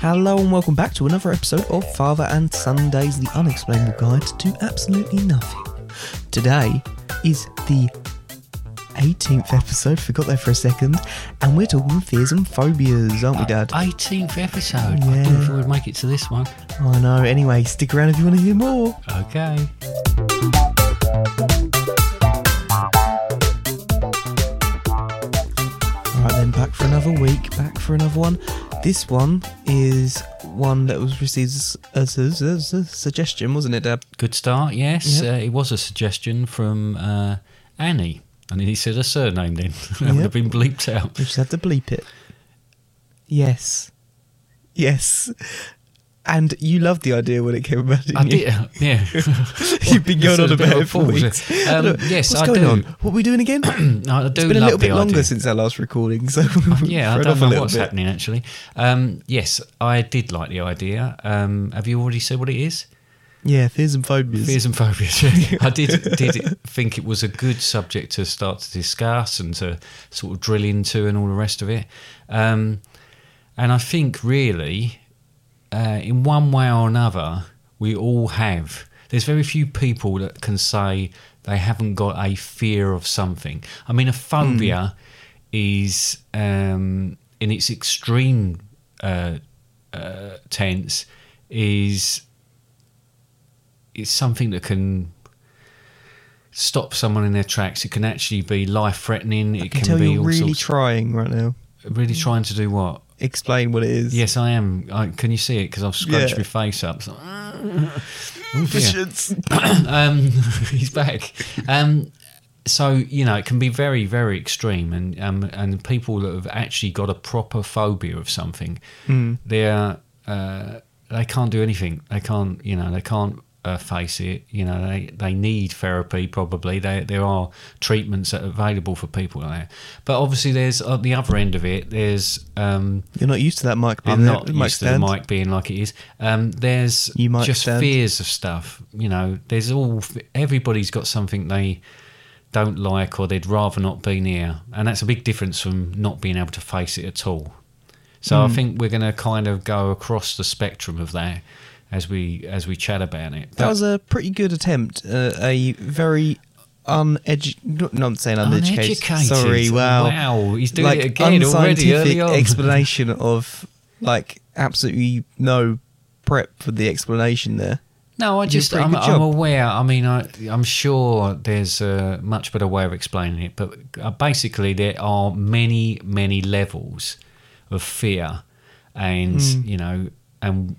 Hello and welcome back to another episode of Father and Sundays, the unexplainable guide to absolutely nothing. Today is the 18th episode, forgot that for a second, and we're talking fears and phobias, aren't we, Dad? 18th episode. I Yeah. didn't think we'd make it to this one. I know, anyway, stick around if you want to hear more. Okay. Alright then, back for another week, back for another one. This one is one that was received as, as, as, as a suggestion, wasn't it, Dad? Good start, yes. Yep. Uh, it was a suggestion from uh, Annie. And he said a surname then. that would Yep. have been bleeped out. We just had to bleep it. Yes. Yes. And you loved the idea when it came about, didn't I you? did, uh, yeah. You've been going Sort on of about bit it for of pause. weeks. Um, Look, yes, what's I going do. on? What are we doing again? Mm, I do it's been a love little bit the longer idea. since our last recording, so yeah, I we're don't off a know little what's bit. happening actually. Um, yes, I did like the idea. Um, have you already said what it is? Yeah, fears and phobias. Fears and phobias. yeah. I did did think it was a good subject to start to discuss and to sort of drill into and all the rest of it. Um, and I think really, uh, in one way or another, we all have. There's very few people that can say they haven't got a fear of something. I mean, a Hmm. phobia is um, in its extreme uh, uh, tense is it's something that can stop someone in their tracks. It can actually be life threatening. It I can can tell be you're all really sorts, trying right now. really trying to do what. Explain what it is. Yes, I am. I, can you see it? Because I've scrunched Yeah. my face up. It's like, Yeah. um, he's back. Um, so you know, it can be very, very extreme, and um, and people that have actually got a proper phobia of something, they're uh, they can't do anything. They can't, you know, they can't uh, face it. You know, they they need therapy probably. They, there are treatments that are available for people like that. But obviously, there's at the other end of it. There's um, You're not used to that mic being I'm there, not mic used stand. to the mic being like it is. Um, there's You might just stand. fears of stuff. You know, there's all. Everybody's got something they don't like or they'd rather not be near, and that's a big difference from not being able to face it at all. So Hmm. I think we're going to kind of go across the spectrum of that as we as we chat about it. That But- was a pretty good attempt. Uh, a very uneducated. No, I'm saying uneducated. Uneducated. Sorry. Wow. Wow, he's doing like, it again already, early unscientific on. explanation of like absolutely no prep for the explanation there. No, I did a just pretty I'm, good I'm job. aware. I mean, I, I'm sure there's a much better way of explaining it, but uh, basically there are many, many levels of fear, and Hmm. you know, and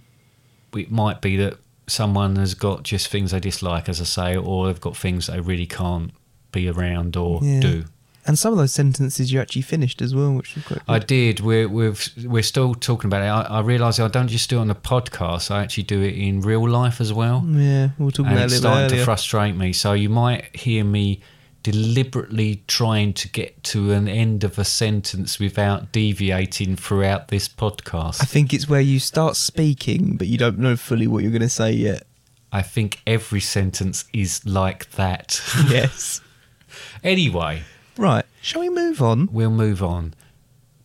it might be that someone has got just things they dislike, as I say, or they've got things they really can't be around or Yeah. do. And some of those sentences you actually finished as well, which was quite. I Good. did. We're we've, we're still talking about it. I, I realise I don't just do it on the podcast. I actually do it in real life as Hmm. well. yeah, we'll talk and about it it's a little starting earlier. to frustrate me. So you might hear me deliberately trying to get to an end of a sentence without deviating throughout this I podcast. think it's where you start speaking, but you don't know fully what you're going to say yet. I think every sentence is like that. Yes. anyway, right. Shall we move on? we'll move on.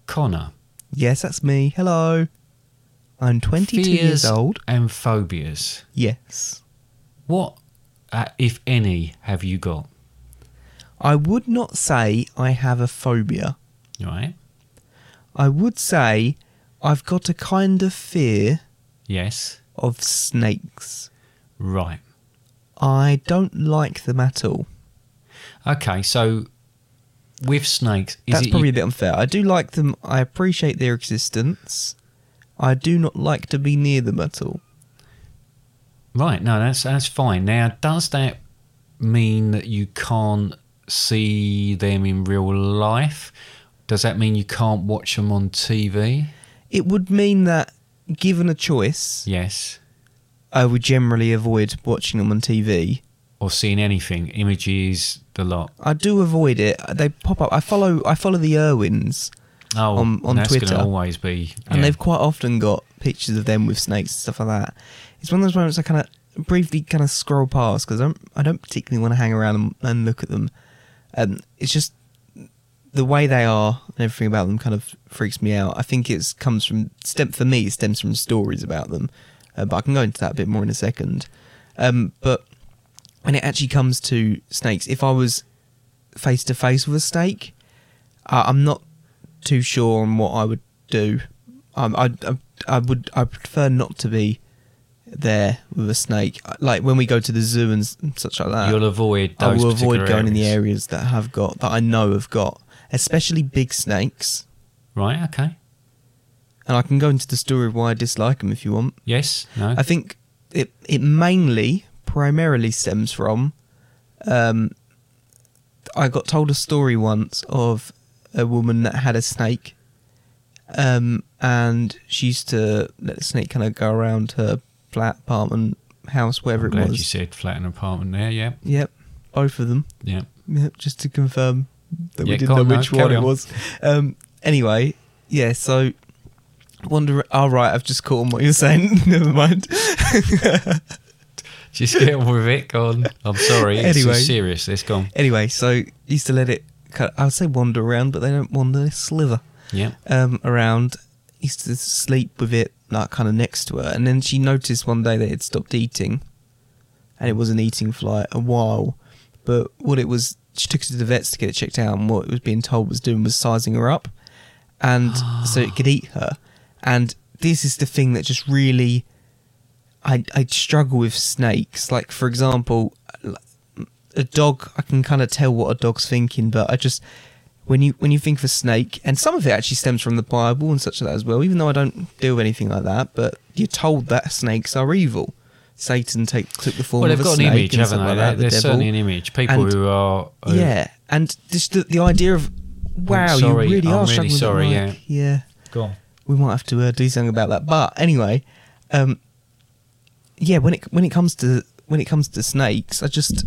Connor, Yes, that's me. Hello. I'm 22 years fears old. and phobias. Yes. What, uh, if any, have you got? I would not say I have a phobia. Right. I would say I've got a kind of fear Yes. of snakes. Right. I don't like them at all. Okay. So with snakes, is That's it probably a bit unfair. I do like them. I appreciate their existence. I do not like to be near them at all. right? No, that's that's fine. Now, does that mean that you can't see them in real life? Does that mean you can't watch them on TV? It would mean that, given a choice, Yes. I would generally avoid watching them on TV. Or seeing anything, images, the lot. I do avoid it. They pop up. I follow. I follow the Irwins, Oh, On- on that's Twitter. gonna always be. and yeah. they've quite often got pictures of them with snakes and stuff like that. It's one of those moments I kind of briefly kind of scroll past because I don't. I don't particularly want to hang around and, and look at them. Um, it's just the way they are and everything about them kind of freaks me out. I think it's comes from stem for me. It stems from stories about them, uh, but I can go into that a bit more in a second. Um, but when it actually comes to snakes, if I was face to face with a snake, uh, I'm not too sure on what I would do. Um, I, I I would I prefer not to be there with a snake. Like when we go to the zoo and s- and such like that. You'll avoid I those will avoid particular going in the areas. areas that have got that I know have got, especially big snakes. Right. Okay. And I can go into the story of why I dislike them if you want. Yes. No. I think it it mainly primarily stems from. Um, I got told a story once of a woman that had a snake, um, and she used to let the snake kind of go around her flat, apartment, house, wherever I'm it glad was. you said flat and apartment there. Yeah. Yep, both of them. Yeah. Yeah, just to confirm that we Yeah, didn't go know on, no, which one carry it on. was. Um, anyway, yeah, so wonder all right, I've just caught on what you're saying. Never mind. Just get on with it. Go on. I'm sorry. It's Anyway. serious. It's gone. Anyway, so used to let it kind I would say wander around, but they don't wander, they sliver Yeah. um, around. Used to sleep with it like kind of next to her, and then she noticed one day that it stopped eating, and it wasn't eating for like a while. But what it was, she took it to the vets to get it checked out, and what it was being told was doing was sizing her up, and so it could eat her. And this is the thing that just really, I I struggle with snakes. Like for example, a dog I can kind of tell what a dog's thinking, but I just when you when you think of a snake, and some of it actually stems from the Bible and such like that as well. Even though I don't do anything like that, but you're told that snakes are evil. Satan take, took the form Well, of they've a got an snake image, and haven't stuff they? like There- that. the There's devil. certainly an image. People And- who are who- yeah, and just the, the idea of wow, sorry, you really Oh, I'm are really struggling. with the sorry, mic. yeah Go on. we might have to uh, do something about that. But anyway, um, yeah, when it when it comes to when it comes to snakes, I just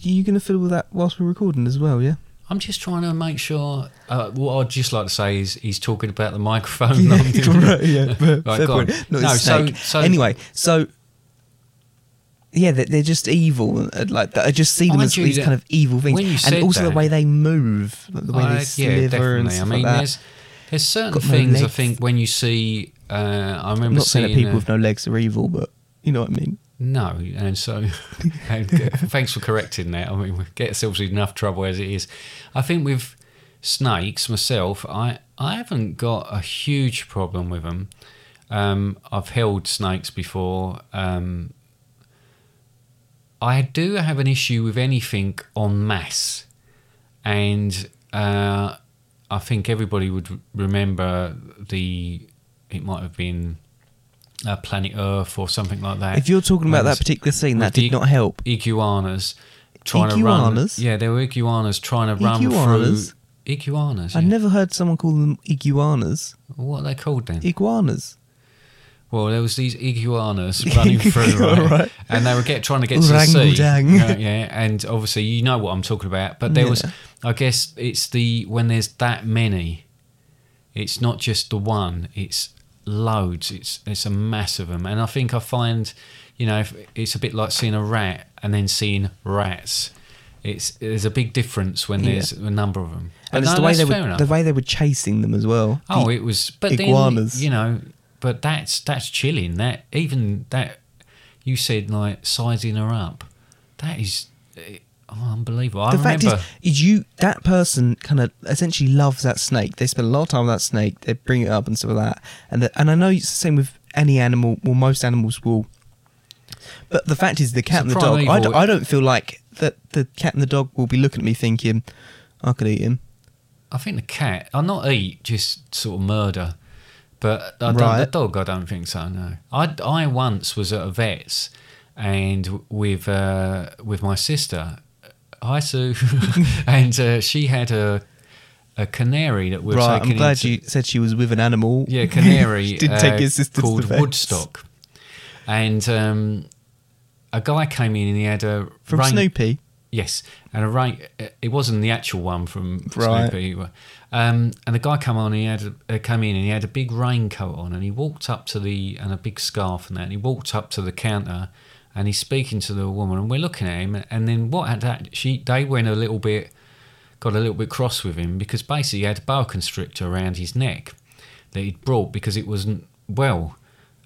you gonna fiddle with that whilst we're recording as well, yeah? I'm just trying to make sure. Uh, what I'd just like to say is he's talking about the microphone. not me. Right, yeah, but Right, fair go on. point. Not No, a so- snake. so- anyway, so yeah, they're, they're just evil. and, uh, Like that. I just see them Mind as you, these that- kind of evil things, when you and said also the that- way they move, like the way Uh, they sliver and stuff I mean, like that. there's there's certain Got no things I legs. think when you see. Uh, I I'm remember not saying seeing that people a- with no legs are evil, but you know what I mean. No, and so and thanks for correcting that. I mean, we get ourselves in enough trouble as it is. I think with snakes myself, I I haven't got a huge problem with them. Um, I've held snakes before. Um, I do have an issue with anything en masse, and uh, I think everybody would remember the. It might have been. Uh, planet Earth or something like that. If you're talking about When that it's- particular scene, that with the did not help. Iguanas trying Iguanas? to run. Yeah, there were iguanas trying to run Iguanas? through. Iguanas. I yeah. never heard someone call them iguanas. What are they called then? Iguanas. Oh, well, there was these iguanas running through, All right? right. And they were get trying to get to the sea. Orangutan. Yeah, yeah, and obviously you know what I'm talking about. But there was, Yeah. I guess, it's the when there's that many, it's not just the one. It's loads. It's it's a mass of them, and I think I find, you know, if, it's a bit like seeing a rat and then seeing rats. It's there's a big difference when Yeah. there's a number of them. But And it's no, the way that's they fair were enough. the way they were chasing them as well. Oh, The- it was, but iguanas. Then, you know, but that's that's chilling. That even that you said like sizing her up. That is, Oh, unbelievable! I the fact is, remember. is you that person kind of essentially loves that snake. They spend a lot of time with that snake. They bring it up and stuff like that. And the, and I know it's the same with any animal. Well, most animals will. But the fact is, the cat and the dog. I, d- primeval- I don't feel like that. The cat and the dog will be looking at me thinking, "I could eat him." I think the cat. I not eat, just sort of murder. But I don't, the Right. dog, I don't think so. No, I, I once was at a vet's, and with uh, with my sister, hi Sue, and uh, she had a a canary that we were right. taking I'm glad into- you said she was with an animal. yeah, canary. did uh, take your sister called to the vets. Woodstock, and um, a guy came in and he had a from rain- Snoopy. Yes, and a right. uh, It wasn't the actual one from Right. Snoopy. Um, and the guy come on. He had a, uh, come in and he had a big raincoat on, and he walked up to the and a big scarf and that. And he walked up to the counter, and he's speaking to the woman, and we're looking at him. And then what had that? She they went a little bit, got a little bit cross with him because basically he had a boa constrictor around his neck that he'd brought because it wasn't well.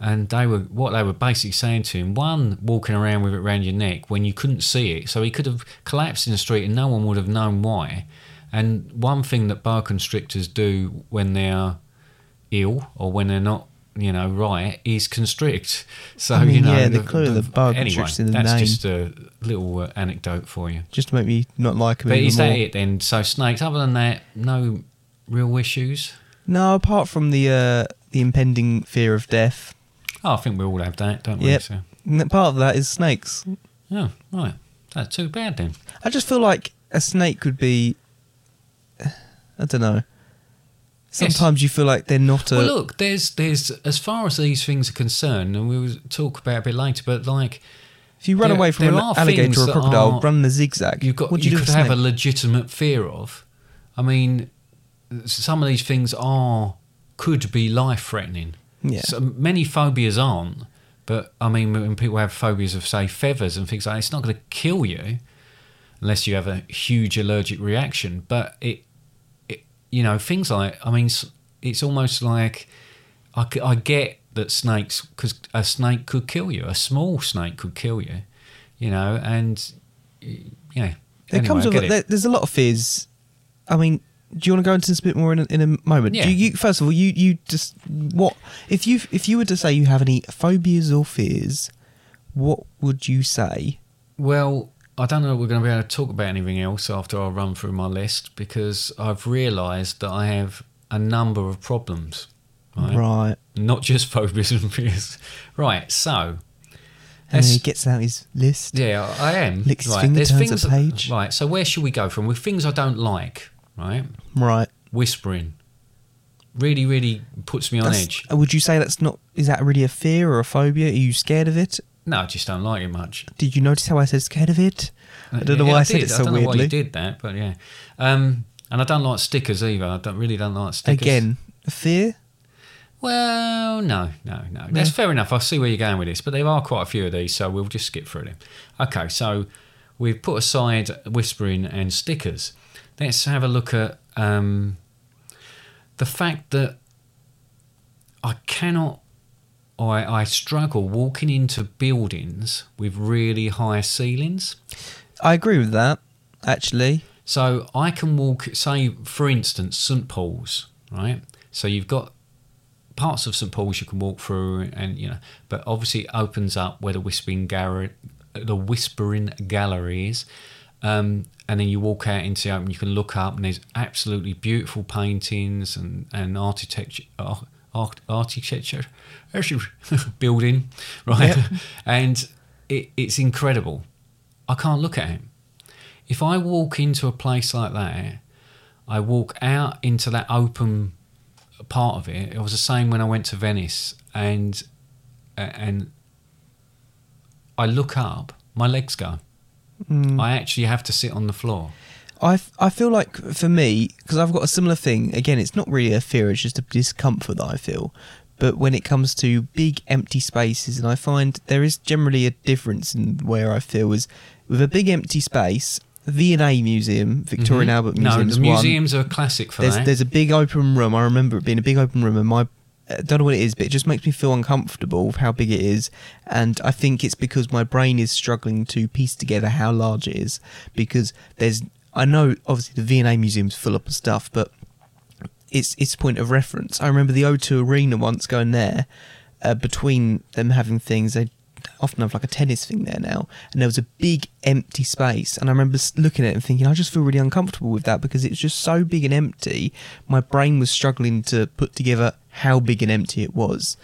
And they were what they were basically saying to him: one, walking around with it around your neck when you couldn't see it, so he could have collapsed in the street and no one would have known why. And one thing that boa constrictors do when they are ill or when they're not, you know, right, is constrict. So I mean, you know, yeah, the clue of the boa anyway, constrict's in the that's name. just a little uh, anecdote for you. Just to make me not like him But even is that more. it then? So snakes. Other than that, no real issues. No, apart from the uh, the impending fear of death. Oh, I think we all have that, don't we? Yep. So, And that part of that is snakes. yeah, right. That's too bad then. I just feel like a snake could be. I don't know. Sometimes you feel like they're not a. well, look, there's there's as far as these things are concerned, and we will talk about it a bit later. But like, if you run there- away from there an are alligator things or a that crocodile, are- run in a zigzag. you've got What do you, you, do could with a have a snake? legitimate fear of. I mean, some of these things are could be life threatening. Yeah. So many phobias aren't, but I mean, when people have phobias of say feathers and things like that, it's not going to kill you unless you have a huge allergic reaction. But it, it you know, things like I mean, s- it's almost like I, c- I get that snakes because a snake could kill you, a small snake could kill you, you know, and y- you know. There anyway, comes I with, get it. there, there's a lot of fears. I mean, do you want to go into this a bit more in a, in a moment? Yeah. Do you, first of all, you you just what if you if you were to say you have any phobias or fears, what would you say? Well, I don't know if we're going to be able to talk about anything else after I run through my list because I've realised that I have a number of problems, right? right. Not just phobias and fears. Right, And then so. let's- he gets out his list. yeah, I am. Licks his right, finger, there's turns things a page. Right, so where should we go from? With things I don't like, right? Right. Whispering. Really, really puts me on That's- uh, edge. Would you say that's not? Is that really a fear or a phobia? Are you scared of it? No, I just don't like it much. Did you notice how I said scared of it? I don't know Yeah, why I, said did. it so I don't know why weirdly. you did that, but yeah. Um, and I don't like stickers either. I don't really don't like stickers. Again, a fear. Well, no, no, no. That's fair enough. I see where you're going with this, but there are quite a few of these, so we'll just skip through them. Okay, so we've put aside whispering and stickers. Let's have a look at um, the fact that I cannot, I, I struggle walking into buildings with really high ceilings. I agree with that. Actually, So I can walk, say, for instance, St. Paul's, right? So you've got parts of St. Paul's you can walk through, and you know, but obviously it opens up where the Whispering Gallery, the Whispering Gallery is, um, and then you walk out into the open. You can look up, and there's absolutely beautiful paintings and and architecture. Ar- arch- architecture actually, building right and it, it's incredible i can't look at it if I walk into a place like that, I walk out into that open part of it. It was the same when I went to Venice, and and I look up, my legs go. Mm. I actually have to sit on the floor. I, f- I feel like for me because I've got a similar thing. Again, it's not really a fear; it's just a discomfort that I feel. But when it comes to big empty spaces, and I find there is generally a difference in where I feel is with a big empty space. V and A Museum, Victoria and Albert Hmm? Mm-hmm. no, Museum. is the one. museums are a classic for there's that. there's a big open room. I remember it being a big open room, and my I don't know what it is, but it just makes me feel uncomfortable with how big it is. And I think it's because my brain is struggling to piece together how large it is. Because there's, I know obviously the V&A museum's full up of stuff, but it's it's point of reference. I remember the O2 Arena once going there. Uh, between them having things, they often have like a tennis thing there now, and there was a big empty space. And I remember s- looking at it and thinking, I just feel really uncomfortable with that because it's just so big and empty. My brain was struggling to put together how big and empty it was.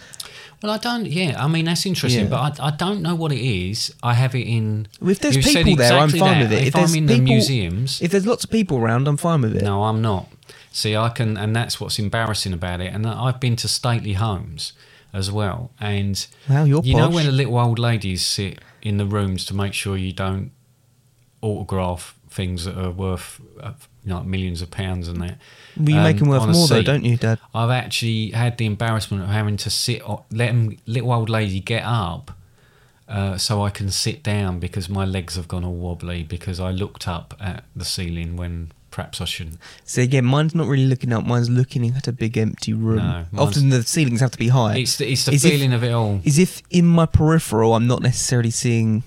Well, I don't. Yeah, I mean that's interesting, Yeah. but I, I don't know what it is. I have it in. If there's you said people there, I'm exactly fine that. with it. If, there's I'm in the people- museums, if there's lots of people around, I'm fine with it. no, I'm not. See, I can, and that's what's embarrassing about it. And I've been to stately homes as well, and Wow, you're you know posh. when the little old ladies sit in the rooms to make sure you don't autograph things that are worth uh, you know, millions of pounds and that. Well, you um, make them worth on a more though, seat. don't you, Dad? I've actually had the embarrassment of having to sit, o- let 'em- little old lady get up uh, so I can sit down because my legs have gone all wobbly because I looked up at the ceiling when perhaps I shouldn't. So again, mine's not really looking up. Mine's looking at a big empty room. No, mine's- Often the ceilings have to be high. It's the, it's the Is if- feeling of it all. is if in my peripheral I'm not necessarily seeing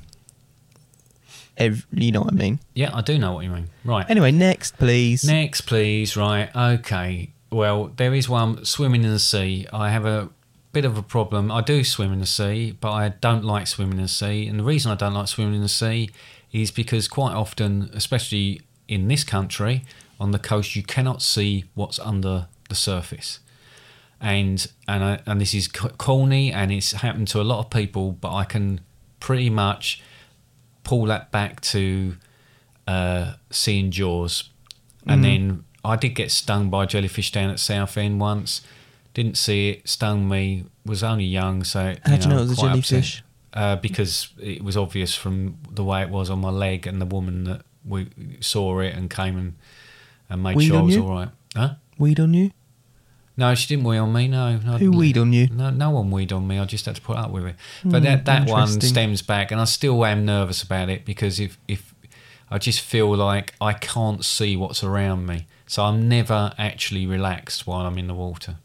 every, you know what I mean. Yeah, I do know what you mean. Right. Anyway, next please. Next, please. Right. Okay. Well, there is one swimming in the sea. I have a bit of a problem. I do swim in the sea, but I don't like swimming in the sea. And the reason I don't like swimming in the sea is because quite often, especially in this country, on the coast, you cannot see what's under the surface. And and I, and this is c- corny, and it's happened to a lot of people. But I can pretty much pull that back to uh, seeing Jaws, Mm-hmm. and then I did get stung by a jellyfish down at Southend once. Didn't see it, stung me. Was only young, so How do you know it was a quite upset. jellyfish? Uh, because it was obvious from the way it was on my leg, and the woman that we saw it and came and and made Weed sure I on was you? all right. Huh? Weed on you? No, she didn't wee on me. No, no Who weed on you? Hmm, No, no one weed on me. I just had to put up with it. But that that one interesting. stems back, and I still am nervous about it because if if I just feel like I can't see what's around me, so I'm never actually relaxed while I'm in the water.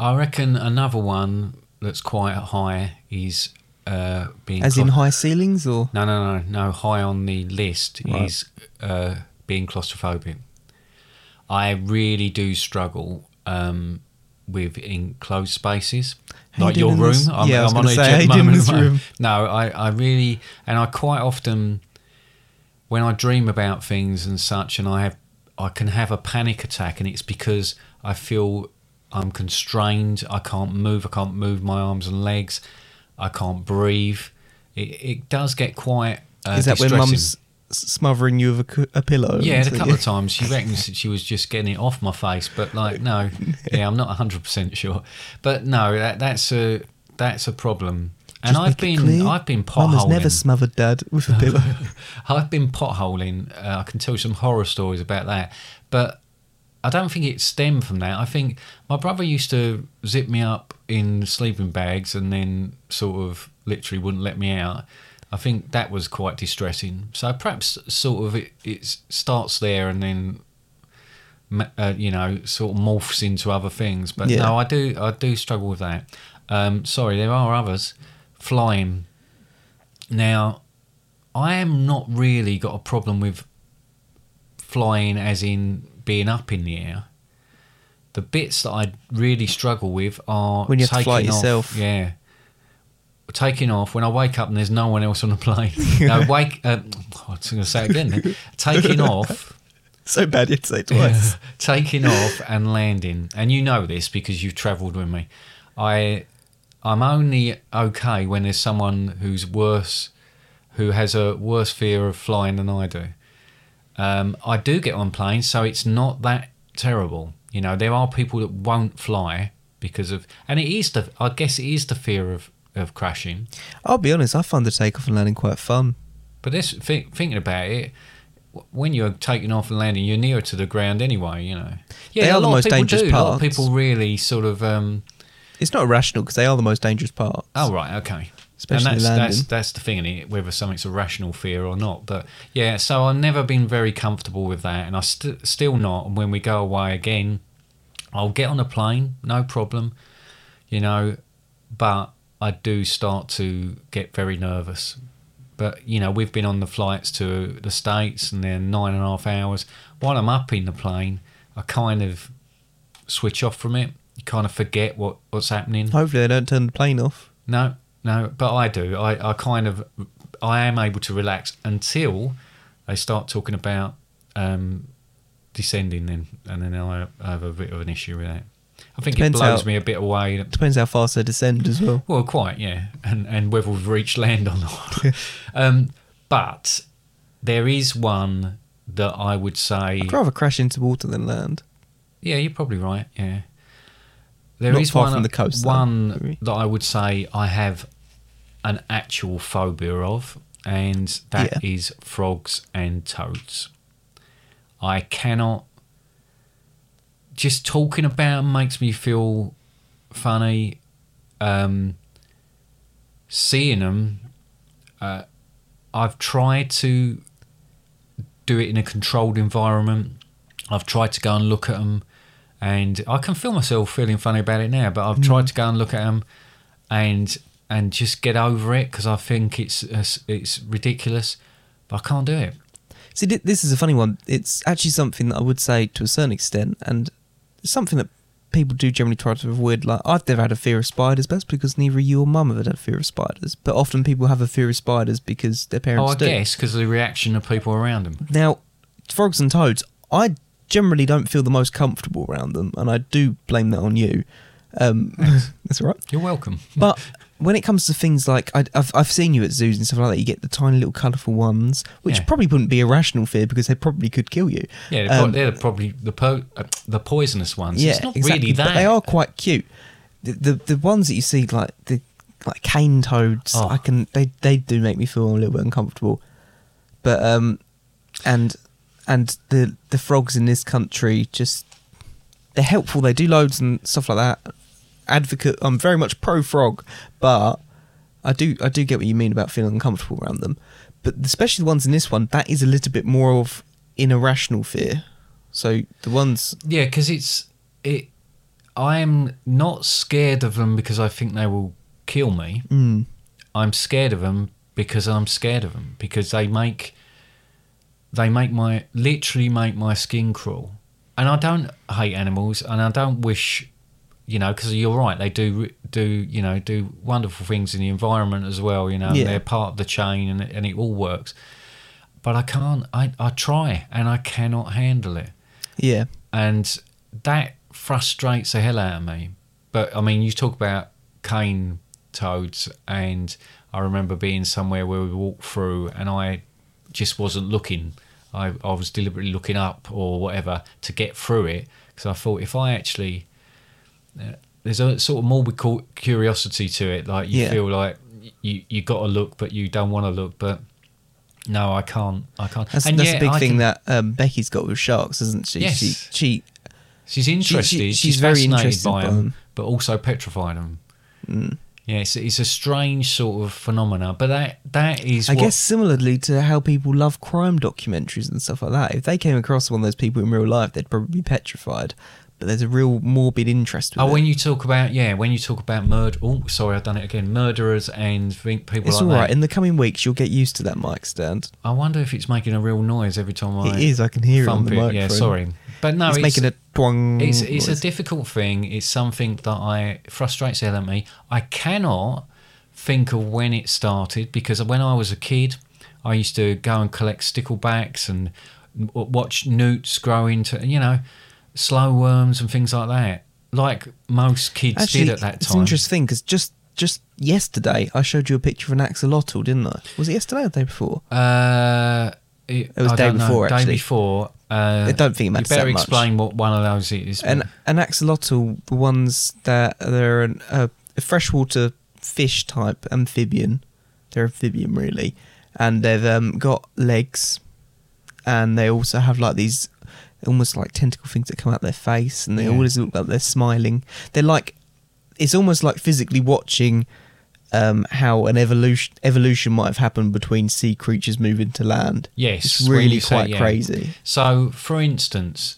I reckon another one that's quite high is uh, being As clo- in high ceilings or no, no, no, no. High on the list Right. is uh, being claustrophobic. I really do struggle um, with enclosed spaces, How you like doing your in room. this- I'm, yeah, I was I'm on gonna a say, jet how you doing in moment. this room? No, I, I really, and I quite often, when I dream about things and such, and I have, I can have a panic attack, and it's because I feel I'm constrained. I can't move. I can't move my arms and legs. I can't breathe. It, it does get quite. Uh, is that when distressing. mum's s- smothering you with a, cu- a pillow? Yeah, and a so- couple of times she reckons that she was just getting it off my face, but like no, yeah, I'm not 100 percent sure. But no, that, that's a that's a problem. And Just I've make it been clear, I've been Mum has never potholing. smothered dad with a pillow. I've been potholing. Uh, I can tell you some horror stories about that, but I don't think it stemmed from that. I think my brother used to zip me up in sleeping bags and then sort of literally wouldn't let me out. I think that was quite distressing. So perhaps sort of it, it starts there and then ma- uh, you know sort of morphs into other things. But Yeah. no, I do I do struggle with that. Um, sorry, there are others. Flying. Now, I am not really got a problem with flying as in being up in the air. The bits that I really struggle with are When you have to taking fly it off- yourself. Yeah, taking off when I wake up and there's no one else on the plane. no, wake. Uh, I was going to say it again. then. taking off. so bad you'd say it twice. taking off and landing. And you know this because you've travelled with me. I I'm only okay when there's someone who's worse who has a worse fear of flying than I do. Um, I do get on planes, so it's not that terrible. You know, there are people that won't fly because of, and it is the, I guess it is the fear of, of crashing. I'll be honest, I find the takeoff and landing quite fun. But this think, thinking about it, w- when you're taking off and landing, you're nearer to the ground anyway. You know, yeah, They are a the lot most of people dangerous do. A lot of parts. people really sort of. Um, It's not irrational because they are the most dangerous parts. oh right, okay. Especially and that's, that's landing. that's the thing, innit, whether something's a rational fear or not. But yeah, so I've never been very comfortable with that, and I st- still not. And when we go away again, I'll get on a plane, no problem, you know, but I do start to get very nervous. But, you know, we've been on the flights to the States and they're nine and a half hours. While I'm up in the plane, I kind of switch off from it, kind of forget what, what's happening. Hopefully, they don't turn the plane off. No, no, but I do. I, I kind of, I am able to relax until they start talking about um, descending then, and then I have a bit of an issue with that. I think Depends it blows how- me a bit away. that- Depends how fast they descend as well. Well, quite, yeah, and and whether we've reached land or not. um, but there is one that I would say, I'd rather crash into water than land. yeah, you're probably right, yeah. There is Not far one, from the coast, though, one maybe. that I would say I have an actual phobia of, and that is Yeah. frogs and toads. I cannot. Just talking about 'em makes me feel funny. Um, seeing them, uh, I've tried to do it in a controlled environment. I've tried to go and look at them, and I can feel myself feeling funny about it now. But I've tried to go and look at them, and and just get over it because I think it's it's ridiculous, but I can't do it. See, thi- this is a funny one. It's actually something that I would say to a certain extent, and it's something that people do generally try to avoid. Like, I've never had a fear of spiders, but that's because neither you or mum have had a fear of spiders. But often people have a fear of spiders because their Oh, parents I do. guess because of the reaction of people around them. Now, frogs and toads, I generally don't feel the most comfortable around them, and I do blame that on you. Um, that's all right. You're welcome. But when it comes to things like I, I've, I've seen you at zoos and stuff like that, you get the tiny little colourful ones, which Yeah. probably wouldn't be a rational fear because they probably could kill you. Yeah, they're, Um, pro- they're probably the po- uh, the poisonous ones. it's not really that. But they are quite cute. The, the the ones that you see like the like cane toads, Oh. I can they they do make me feel a little bit uncomfortable. But um, and and the the frogs in this country just they're helpful. They do loads and stuff like that. Advocate, I'm very much pro frog, but I do I do get what you mean about feeling uncomfortable around them. But especially the ones in this one, that is a little bit more of an irrational fear. So the ones Yeah, because it's it. I'm not scared of them because I think they will kill me. Mm. I'm scared of them because I'm scared of them because they make they make my literally make my skin crawl. And I don't hate animals, and I don't wish, you know, because you're right. They do do you know do wonderful things in the environment as well. You know, and Yeah. they're part of the chain, and and it all works. But I can't. I I try, and I cannot handle it yeah. and that frustrates the hell out of me. But I mean, you talk about cane toads, and I remember being somewhere where we walked through, and I just wasn't looking. I, I was deliberately looking up or whatever to get through it because I thought if I actually uh, there's a sort of morbid cu- curiosity to it. Like you Yeah. feel like you you got to look, but you don't want to look. But no, I can't. I can't. That's, and that's yet a big I thing can- that um, Becky's got with sharks, isn't she? Yes. She, she She's interested. she- she's she's very fascinated interested by by them, them. Mm. but also petrified them. Yeah, it's, it's a strange sort of phenomena, but that that is. I what, guess similarly to how people love crime documentaries and stuff like that. If they came across one of those people in real life, they'd probably be petrified. But there's a real morbid interest. With Oh, it. when you talk about yeah, when you talk about murder. Oh, sorry, I've done it again. Murderers and think people it's like all that. right. In the coming weeks, you'll get used to that mic stand. I wonder if it's making a real noise every time I. It is. I can hear it on thump the microphone. Yeah, sorry, but no, it's, it's, making a twang. It's it's a noise. difficult thing. It's something that I frustrates the hell out of me. I cannot think of when it started because when I was a kid, I used to go and collect sticklebacks and w- watch newts grow into you know slow worms and things like that. Like most kids did at that it's time. an interesting thing because just just yesterday, I showed you a picture of an axolotl, didn't I? Was it yesterday or the day before? Uh, it, was I day don't know, before, Day actually. before. Uh, I don't think it you matters better that much. explain what one of those is. but- an an axolotl, the ones that they're an, a, a freshwater fish type amphibian. They're amphibian really, and they've um, got legs, and they also have like these almost like tentacle things that come out their face, and they Yeah. always look like they're smiling. They're like it's almost like physically watching. Um, how an evolution evolution might have happened between sea creatures moving to land. Yes, it's when really you say- quite yeah. crazy. So, for instance,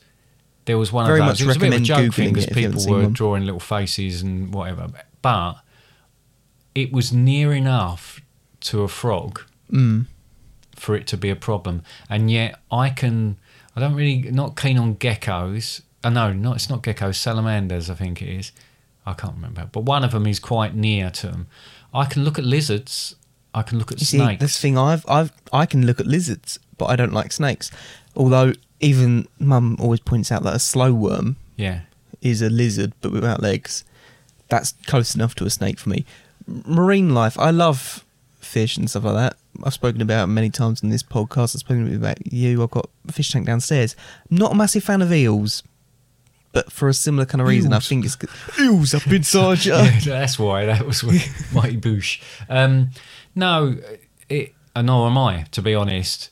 there was one Very of those. much it was a bit of a recommend joke Googling thing because it if you haven't people seen were one. drawing little faces and whatever. But it was near enough to a frog Mm. for it to be a problem. And yet I can, I don't really, not keen on geckos. Uh, no, not, it's not geckos, salamanders, I think it is. I can't remember. But one of them is quite near to them. I can look at lizards. I can look at You see, snakes. the thing I've I've I can look at lizards, but I don't like snakes. Although even Mum always points out that a slow worm yeah. is a lizard but without legs. That's close enough to a snake for me. M- Marine life, I love fish and stuff like that. I've spoken about it many times in this podcast. I've spoken about you. I've got a fish tank downstairs. Not a massive fan of eels, but for a similar kind of reason, I think it's good. eels up inside you. Yeah, that's why that was with Mighty Boosh. Um, no, it, and nor am I, to be honest.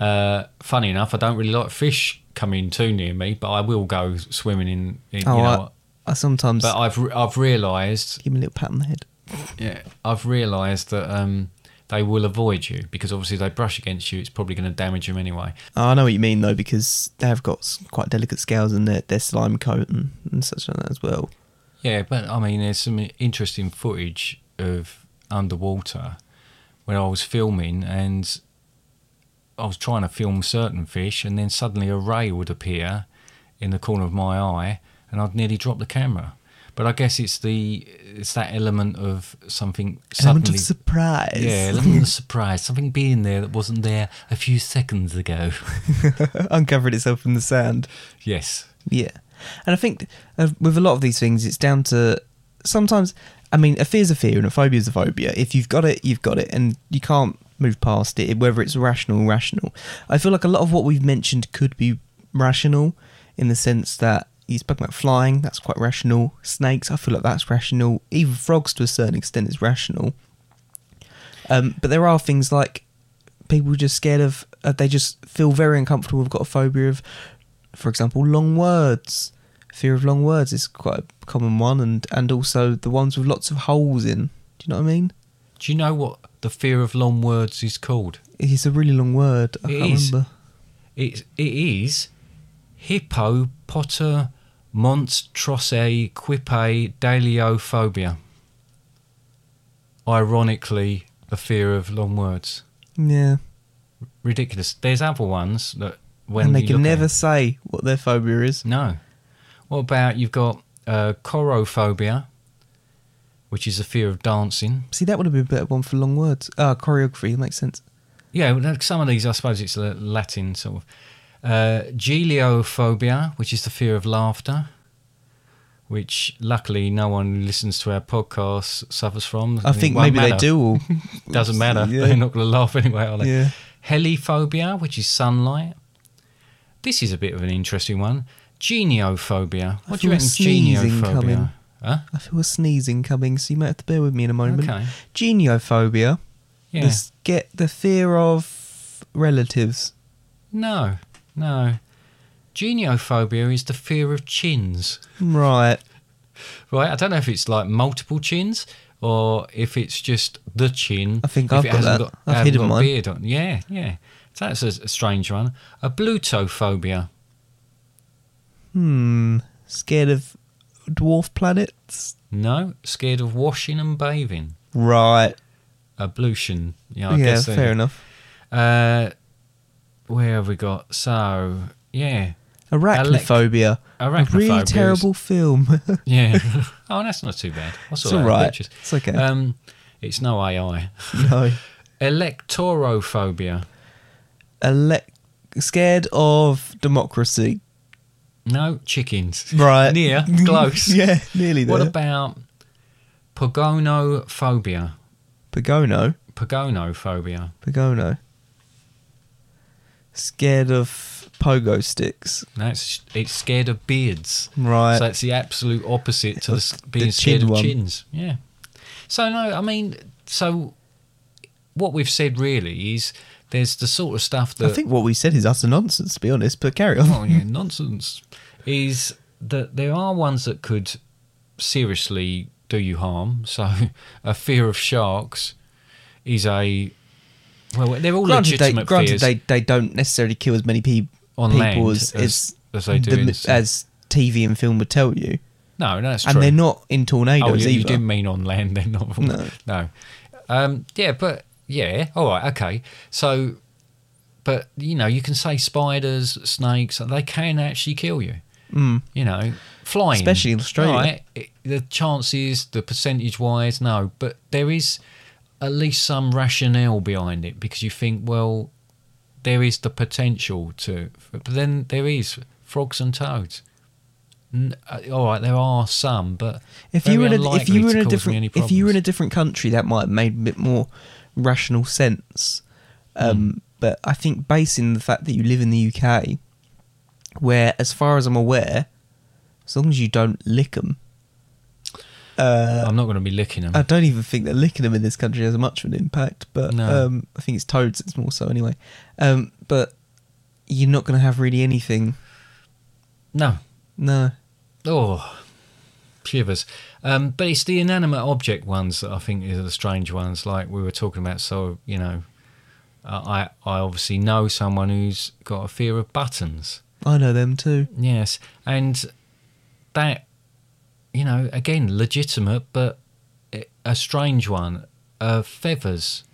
Uh, funny enough, I don't really like fish coming too near me, but I will go swimming in. in Oh, you know, I, I sometimes but I've re- I've realised give me a little pat on the head. yeah, I've realised that um, they will avoid you because obviously if they brush against you, it's probably going to damage them anyway. Oh, I know what you mean though, because they have got s- quite delicate scales in their, their slime coat and, and such like that as well. Yeah, but I mean, there's some interesting footage of underwater where I was filming and I was trying to film certain fish, and then suddenly a ray would appear in the corner of my eye, and I'd nearly drop the camera. But I guess it's the it's that element of something Element suddenly of surprise. yeah, element of surprise, something being there that wasn't there a few seconds ago. uncovered itself in the sand. yes, Yeah, and I think uh, with a lot of these things, it's down to sometimes. I mean, a fear's a fear and a phobia's a phobia. If you've got it, you've got it, and you can't move past it, whether it's rational or rational. I feel like a lot of what we've mentioned could be rational, in the sense that you spoke about flying. That's quite rational. Snakes, I feel like that's rational. Even frogs, to a certain extent, is rational. Um, but there are things like people just scared of, uh, they just feel very uncomfortable. We've got a phobia of, for example, long words. Fear of long words is quite a common one, and, and also the ones with lots of holes in. Do you know what I mean? do you know what the fear of long words is called? It's a really long word. I It can't is. remember. It, it is hippo potter monstrose quippe daliophobia. Ironically, the fear of long words. Yeah. Ridiculous. There's other ones that when and they you can look at never it- Mm. say what their phobia is. no. What about you've got uh, chorophobia, which is the fear of dancing. See, that would have been a better one for long words. Ah, choreography, makes sense. Yeah, well, some of these I suppose it's the Latin sort of. Uh, geliophobia, which is the fear of laughter, which luckily no one who listens to our podcast suffers from. I think It won't maybe they matter. do all. Doesn't matter. Yeah. They're not going to laugh anyway, are they? Yeah. Heliophobia, which is sunlight. This is a bit of an interesting one. Geniophobia. I What do feel you reckon? sneezing Geniophobia. coming. Huh? I feel a sneezing coming, so you might have to bear with me in a moment. Okay. Geniophobia. Yeah. This get the fear of relatives. No, no. Geniophobia is the fear of chins. Right. Right, I don't know if it's like multiple chins or if it's just the chin. I think if I've it got hasn't that. I I've haven't hidden got a mine. beard on. Yeah, yeah. So that's a, a strange one. A blutophobia. Hmm. Scared of dwarf planets? No, scared of washing and bathing. Right. Ablution. Yeah, I yeah, guess they- fair enough. Uh, where have we got? So, yeah, Arachnophobia. Arachnophobia A really is- terrible film. yeah. oh, that's not too bad. I saw It's that in all right. pictures. It's okay. Um, it's no AI. no. Electorophobia. Elec scared of democracy. No, chickens. Right. Near, close. yeah, nearly there. What about pogonophobia? Pagono. Pogonophobia. Pagono. Scared of pogo sticks. That's it's scared of beards. Right. So it's the absolute opposite to the, s- The being chin scared of one. chins. Yeah. So no, I mean, so what we've said really is there's the sort of stuff I that think what we said is utter nonsense, to be honest, but carry on. oh yeah, nonsense. Is that there are ones that could seriously do you harm. So a fear of sharks is a well, they're all granted, they, legitimate granted fears. they, they don't necessarily kill as many pe- On people land as, as- as as they do the- in as TV and film would tell you. no, no, it's and true. they're not in tornadoes oh, you, either. you didn't mean on land. They're not. No. no. Um, yeah, but yeah. All right. Okay. So, but you know, you can say spiders, snakes. They can actually kill you. Mm. You know, flying, Hmm. Especially in Australia. Right, it- the chances, the percentage wise, no. But there is at least some rationale behind it because you think, well, there is the potential to. But then there is frogs and toads. N- uh, all right, there are some, but if you were very in a, if you unlikely were to in a cause me any different if you were in a problems. different country, that might have made a bit more rational sense. Hmm. Um, But I think basing the fact that you live in the UK, where as far as I'm aware, as long as you don't lick them, I'm not going to be licking them. I don't even think that licking them in this country has much of an impact. But No. um, I think it's toads. It's more so anyway. Um, but you're not going to have really anything. no. No. Oh, shivers. Um, but it's the inanimate object ones that I think are the strange ones, like we were talking about. So you know, uh, I I obviously know someone who's got a fear of buttons. I know them too. Yes, and that you know again legitimate, but i- a strange one. Uh, feathers,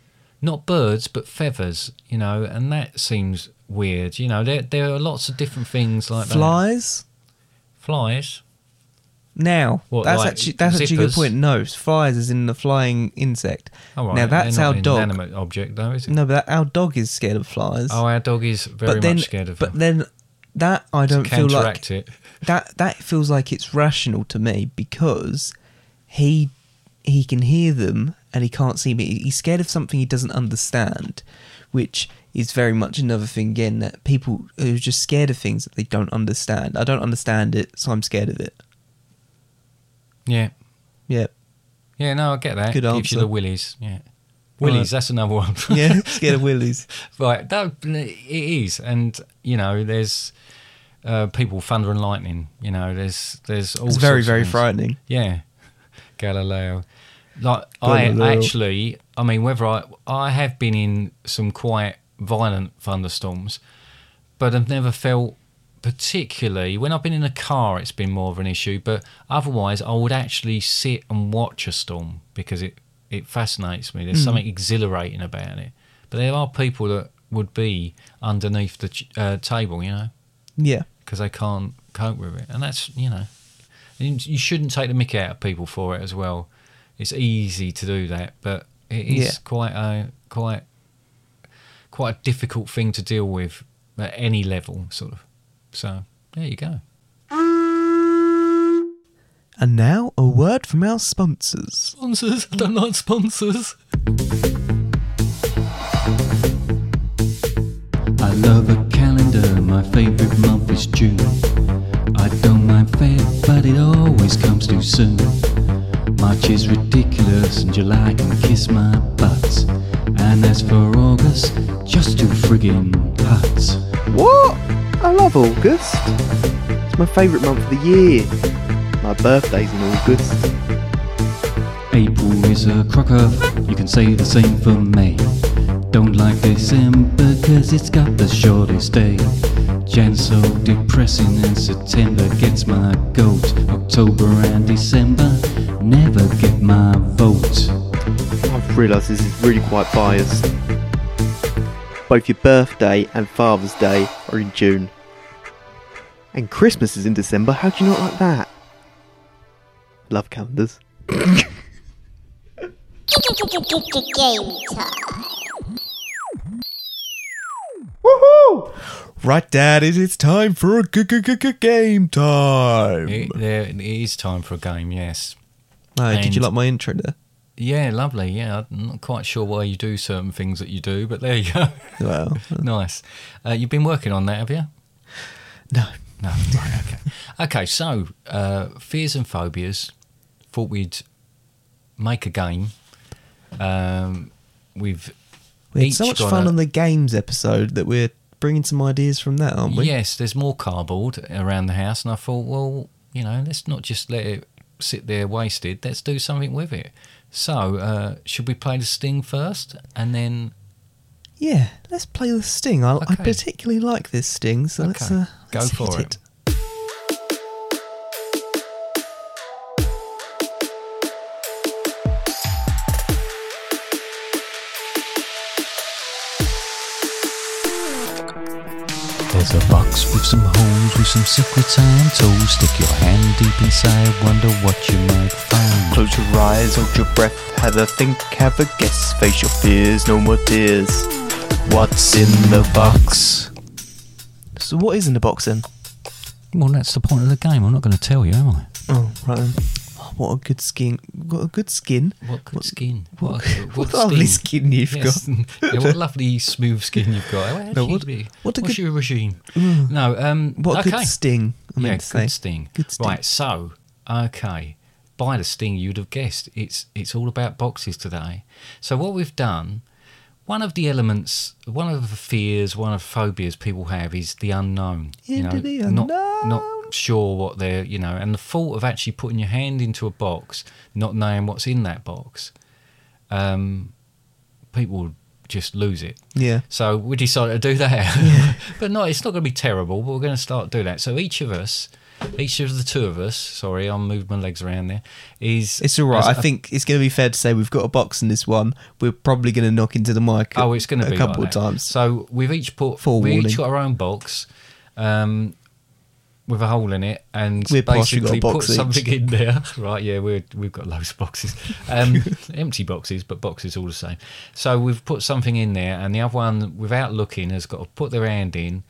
not birds, but feathers. You know, and that seems weird. You know, there there are lots of different things like that. Flies. flies. Now, What, that's like actually that's actually a good zippers? point. No, flies is in the flying insect. Oh, right. Now that's They're not our an dog. inanimate object, though, is it? No, but that, our dog is scared of flies. Oh, our dog is very but then, much scared of but them. then that I To don't feel like counteract it. that. That feels like it's rational to me because he he can hear them and he can't see me. He's scared of something he doesn't understand, which is very much another thing again that people who are just scared of things that they don't understand. I don't understand it, so I'm scared of it. Yeah, Yeah. yeah. No, I get that. Good Gives you answer. the willies. Yeah, willies. That's another one. Yeah, scared of willies. Right, that, it is, and you know, there's uh, people thunder and lightning. You know, there's there's all It's very, sorts of very things. frightening. Yeah, Galileo. Like I Galileo. actually, I mean, whether I I have been in some quite violent thunderstorms, but I've never felt particularly when I've been in a car. It's been more of an issue, but otherwise, I would actually sit and watch a storm because it it fascinates me. There's something exhilarating about it. But there are people that would be underneath the ch- uh, table, you know Yeah. because they can't cope with it. And that's, you know, and you shouldn't take the mick out of people for it as well. It's easy to do that, but it is Yeah. quite a quite quite a difficult thing to deal with at any level, sort of. So there you go. And now a word from our sponsors. Sponsors, I don't like sponsors. I love a calendar, my favorite month is June. I don't mind Feb, but it always comes too soon. March is ridiculous, and July can kiss my butt. And as for August, just too friggin' hot. What? I love August. It's my favourite month of the year. My birthday's in August. April is a crocker, you can say the same for May. Don't like December because it's got the shortest day. Jan's so depressing and September gets my goat. October and December never get my vote. I've realised this is really quite biased. Both your birthday and Father's Day are in June. And Christmas is in December. How do you not like that? Love calendars. Game time. Right, Dad, it is time for a g- g- g- g- game time. It, there, it is time for a game, yes. Oh, did you And- like my intro there? Yeah, lovely. Yeah, I'm not quite sure why you do certain things that you do, but there you go. Well, nice. Uh, you've been working on that, have you? no. No. Right, okay. okay. So, uh, fears and phobias. Thought we'd make a game. Um, we've We had each so much got fun a- on the games episode that we're bringing some ideas from that, aren't we? Yes, there's more cardboard around the house, and I thought, well, you know, let's not just let it sit there wasted. Let's do something with it. So, uh, should we play the sting first, and then Yeah, let's play the sting. I, I Okay. particularly like this sting, so let's, Okay, uh, go let's for hit it. There's a box with some holes with some secrets and toes. Stick your hand deep inside, wonder what you might find. Close your eyes, hold your breath, have a think, have a guess, face your fears, no more tears. What's in the box? So what is in the box then? Well, that's the point of the game. I'm not going to tell you, am I? Oh, right then. Oh, what a good skin. What a good skin. What good skin? What, what lovely skin you've got. yeah, what lovely smooth skin you've got. No, No, what- what, what a good- what's Mm. your regime? No, um, What a okay. good sting, I meant yeah, to say. good sting. Good sting. Right, so okay, by the sting you'd have guessed it's it's all about boxes today. So what we've done, one of the elements, one of the fears, one of phobias people have is the unknown. Into the Not, unknown. not sure what they're you know, and the thought of actually putting your hand into a box, not knowing what's in that box, um, people just lose it. Yeah. So we decided to do that. but no, it's not going to be terrible, but we're going to start doing that. So each of us, each of the two of us, sorry, I'll move my legs around there, is. It's all right. I has a- think it's going to be fair to say we've got a box in this one. We're probably going to knock into the mic. Oh, it's going to a be couple of like that. times. So we've each put we Forewarning. each got our own box, um, with a hole in it, and We're posh, we've got a basically put box each. something in there. Right? Yeah, we're, we've got loads of boxes, um, empty boxes, but boxes all the same. So we've put something in there, and the other one, without looking, has got to put their hand in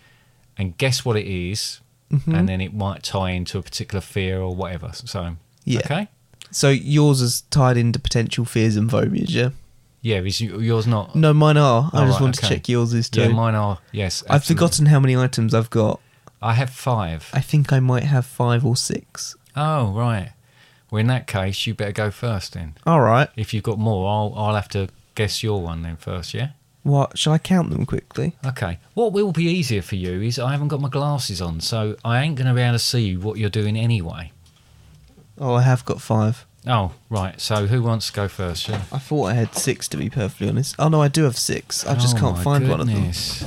and guess what it is, Mm-hmm. and then it might tie into a particular fear or whatever. So Yeah. okay, So yours is tied into potential fears and phobias, yeah? yeah, is you- yours not? No, mine are. I Oh, just right, want to okay. check yours is too. Yeah, mine are. Yes, I've absolutely. forgotten how many items I've got. I have five. I think I might have five or six. Oh, right. Well, in that case, you better go first then. All right. If you've got more, I'll, I'll have to guess your one then first, yeah? What? Shall I count them quickly? Okay. What will be easier for you is I haven't got my glasses on, so I ain't going to be able to see what you're doing anyway. Oh, I have got five. Oh, right. So who wants to go first? Yeah? I thought I had six, to be perfectly honest. Oh, no, I do have six. I just Oh, can't my find one of them. goodness.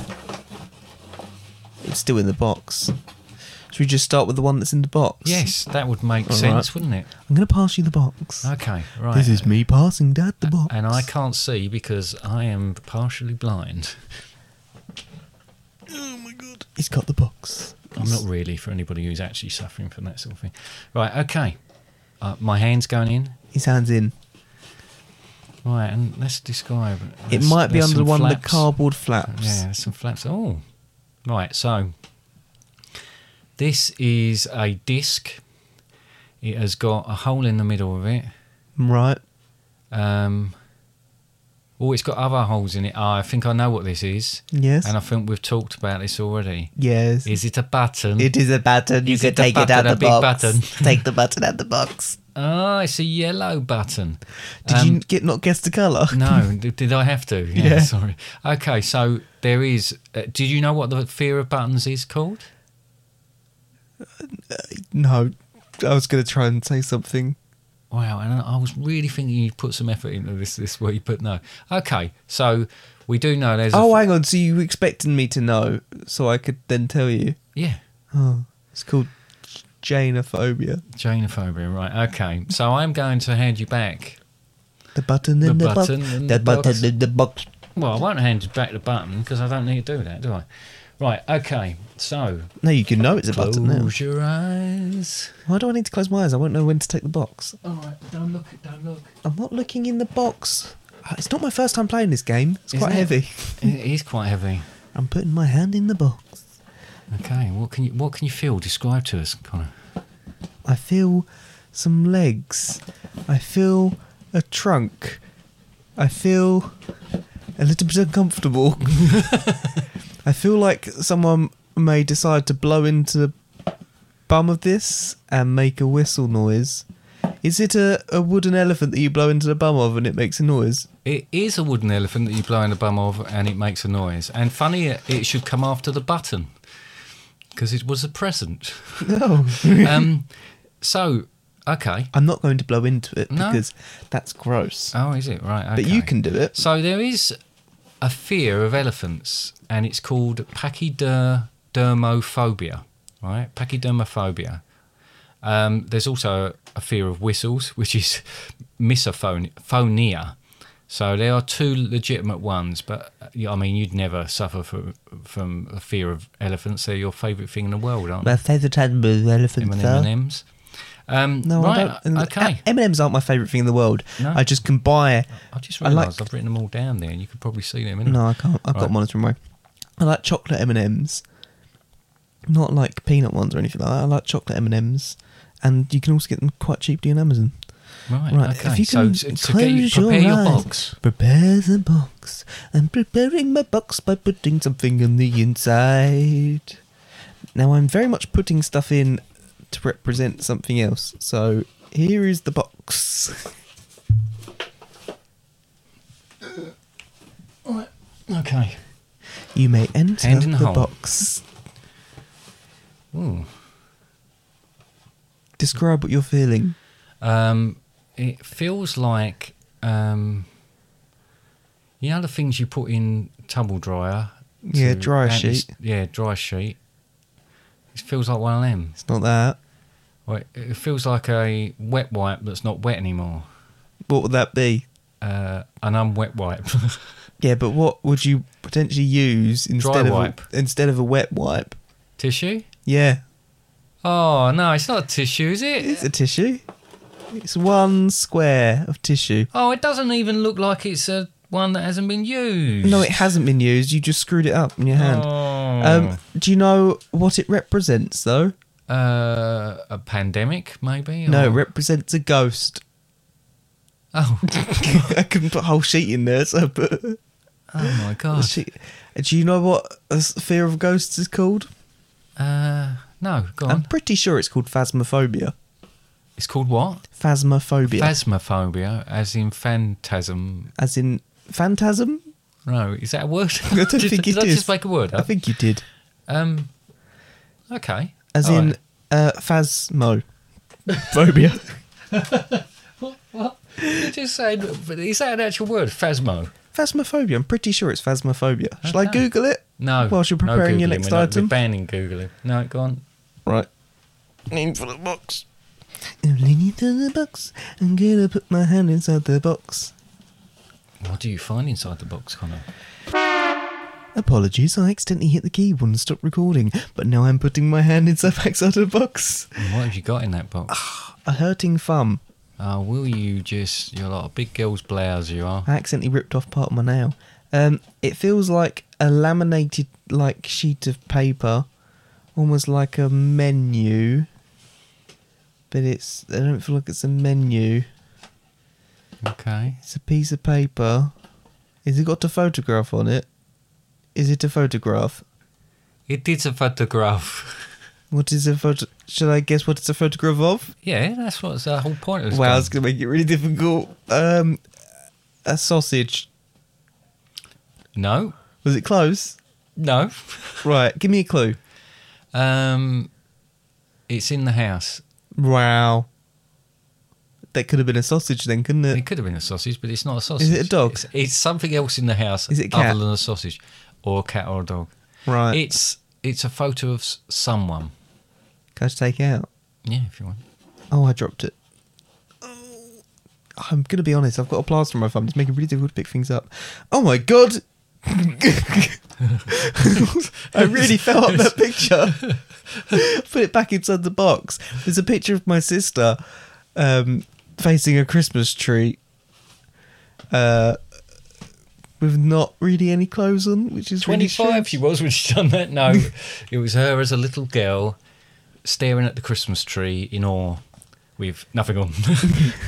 It's still in the box. Should we just start with the one that's in the box? Yes, that would make All sense, right. wouldn't it? I'm going to pass you the box. Okay, right. This is me passing Dad the box. And I can't see because I am partially blind. He's got the box. I'm not really for anybody who's actually suffering from that sort of thing. Right, okay. Uh, my hand's going in. His hand's in. Right, and let's describe. It there's- might be there's under some one of the flaps. cardboard flaps. Yeah, there's some flaps. Oh, right. So this is a disc. It has got a hole in the middle of it. Right. Um, oh, it's got other holes in it. Ah, I think I know what this is, Yes. and I think we've talked about this already. yes. Is it a button? It is a button. You Is can it a take it button, out a the big box. button? take the button out the box. Ah, it's a yellow button. Did Um, you get not guess the colour? No, d- did I have to? Yeah, Yeah. sorry. Okay, so there is. Uh, did you know what the fear of buttons is called? No. I was going to try and say something. Wow, and I I was really thinking you'd put some effort into this this week, but no. Okay, so we do know there's. Oh, a, hang on. So you were expecting me to know so I could then tell you? yeah, Oh, it's called Janophobia. Janophobia, right? Okay, so I'm going to hand you back. The button in The the, box. button in the the box. button in the box. Well, I won't hand you back the button because I don't need to do that, do I? Right. Okay, so No, you can know it's a close button now. your eyes. Why do I need to close my eyes? I won't know when to take the box. All right, don't look. Don't look. I'm not looking in the box. Uh, It's not my first time playing this game. It's quite Isn't it? heavy. It is quite heavy. I'm putting my hand in the box. Okay, what can you what can you feel? Describe to us, Connor. I feel some legs. I feel a trunk. I feel a little bit uncomfortable. I feel like someone may decide to blow into the bum of this and make a whistle noise. Is it a, a wooden elephant that you blow into the bum of and it makes a noise? It is a wooden elephant that you blow in the bum of, and it makes a noise. And funny, it should come after the button because it was a present. No. Um, so, okay. I'm not going to blow into it No. because that's gross. Oh, is it right? But you okay. can do it. So there is a fear of elephants, and it's called pachydermophobia, right? Pachydermophobia. Um, there's also a fear of whistles, which is misophonia. So there are two legitimate ones, but uh, yeah, I mean, you'd never suffer from from a fear of elephants. They're your favourite thing in the world, aren't My they? favourite animal is elephant. M&M, sir. M&Ms. Um, No, right, I don't. Okay. M and M's aren't my favourite thing in the world. No. I just can buy. I just I like- realised I've written them all down there, and you could probably see them. innit? No, I can't. I've Mm. Right. got monitoring way. I like chocolate M and M's, not like peanut ones or anything like that. I like chocolate M and M's, and you can also get them quite cheaply on Amazon. Right. Right, Okay. if you can so to, to get you, close prepare your, your, eyes, box. prepare the box. I'm preparing my box by putting something on the inside. Now I'm very much putting stuff in to represent something else. So here is the box. Okay. You may enter Hand in the the hole. box. Ooh. Describe what you're feeling. Um, it feels like um, you know the things you put in tumble dryer. Yeah, to dryer anti- sheet. Yeah, dry sheet. It feels like one of them. It's not that. Well, it- It feels like a wet wipe that's not wet anymore. What would that be? Uh, an unwet wipe. Yeah, but what would you potentially use instead of wipe. A, instead of a wet wipe? tissue? Yeah, Oh no, it's not tissue, is it? it's a tissue. It's one square of tissue. oh, it doesn't even look like it's a one that hasn't been used. No, it hasn't been used. You just screwed it up in your hand. Oh. Um, do you know what it represents, though? uh, a pandemic, maybe. No, or- it represents a ghost. oh, I couldn't put a whole sheet in there, so I put a oh my god. sheet. Do you know what a s- fear of ghosts is called? Uh, no, go on. I'm pretty sure it's called phasmophobia. it's called what? Phasmophobia. Phasmophobia, as in phantasm. As in phantasm? No, is that a word? I don't did, think it did I is. just make a word? I up? think you did. Um, okay. As All in right. uh, phasmo. Phobia. what? You just said. Is that an actual word? Phasmo. Phasmophobia. I'm pretty sure it's phasmophobia. Shall I Okay. Google it? No. Whilst you're no preparing your Googling, next we're not- item? We're banning googling. No, go on. Right. Lean for the box. I'm leaning through the box. I'm gonna put my hand inside the box. What do you find inside the box, Connor? Apologies, I accidentally hit the keyboard and stopped recording, but now I'm putting my hand inside back side of the box. And what have you got in that box? A hurting thumb. Oh, will you just? You're like a big girl's blouse. You are. I accidentally ripped off part of my nail. Um, it feels like a laminated like sheet of paper, almost like a menu. But it's I don't feel like it's a menu. Okay. It's a piece of paper. Is it got a photograph on it? Is it a photograph? It is a photograph. What is a photo? Should I guess what it's a photograph of? Yeah, that's what's the whole point of this. wow, game. it's gonna make it really difficult. Um, a sausage. No, Was it close? no. Right. Give me a clue. Um, it's in the house. Wow. That could have been a sausage then, couldn't it? It could have been a sausage, but it's not a sausage. a dog? It's, it's something else in the house. Is it a cat? other than a sausage, or a cat or a dog? Right. It's it's a photo of s- someone. Can I just take it out? Yeah, if you want. Oh, I dropped it. I'm gonna be honest. I've got a plaster on my thumb. It's making it really difficult to pick things up. Oh my god! I really fell up that picture. Put it back inside the box. There's a picture of my sister um, facing a Christmas tree, uh, with not really any clothes on, which is really Twenty-five. She strange. was when she done that. No, it was her as a little girl, staring at the Christmas tree in awe, with nothing on.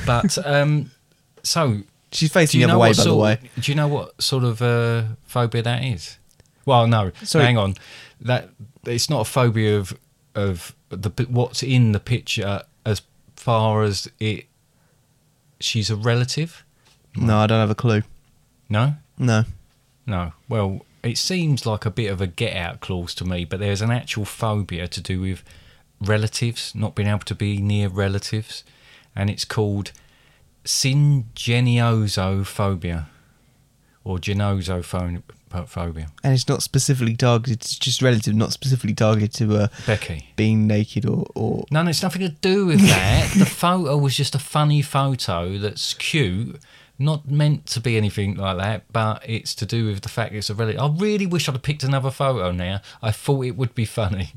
but um, so She's Do facing you the know other way, what by the sort- way. Do you know what sort of uh, phobia that is? Well, no. Sorry. Hang on. That it's not a phobia of of the pi- what's in the picture as far as it. She's a relative. No, I don't have a clue. No, No. no. Well, it seems like a bit of a get out clause to me, but there's an actual phobia to do with relatives not being able to be near relatives, and it's called syngeniosophobia or genosophobia. and it's not specifically targeted. It's just relative, not specifically targeted to uh, Becky. being naked or, or No, no, it's nothing to do with that. the photo was just a funny photo that's cute Not meant to be anything like that, but it's to do with the fact it's a relic. I really wish I'd have picked another photo now. I thought it would be funny.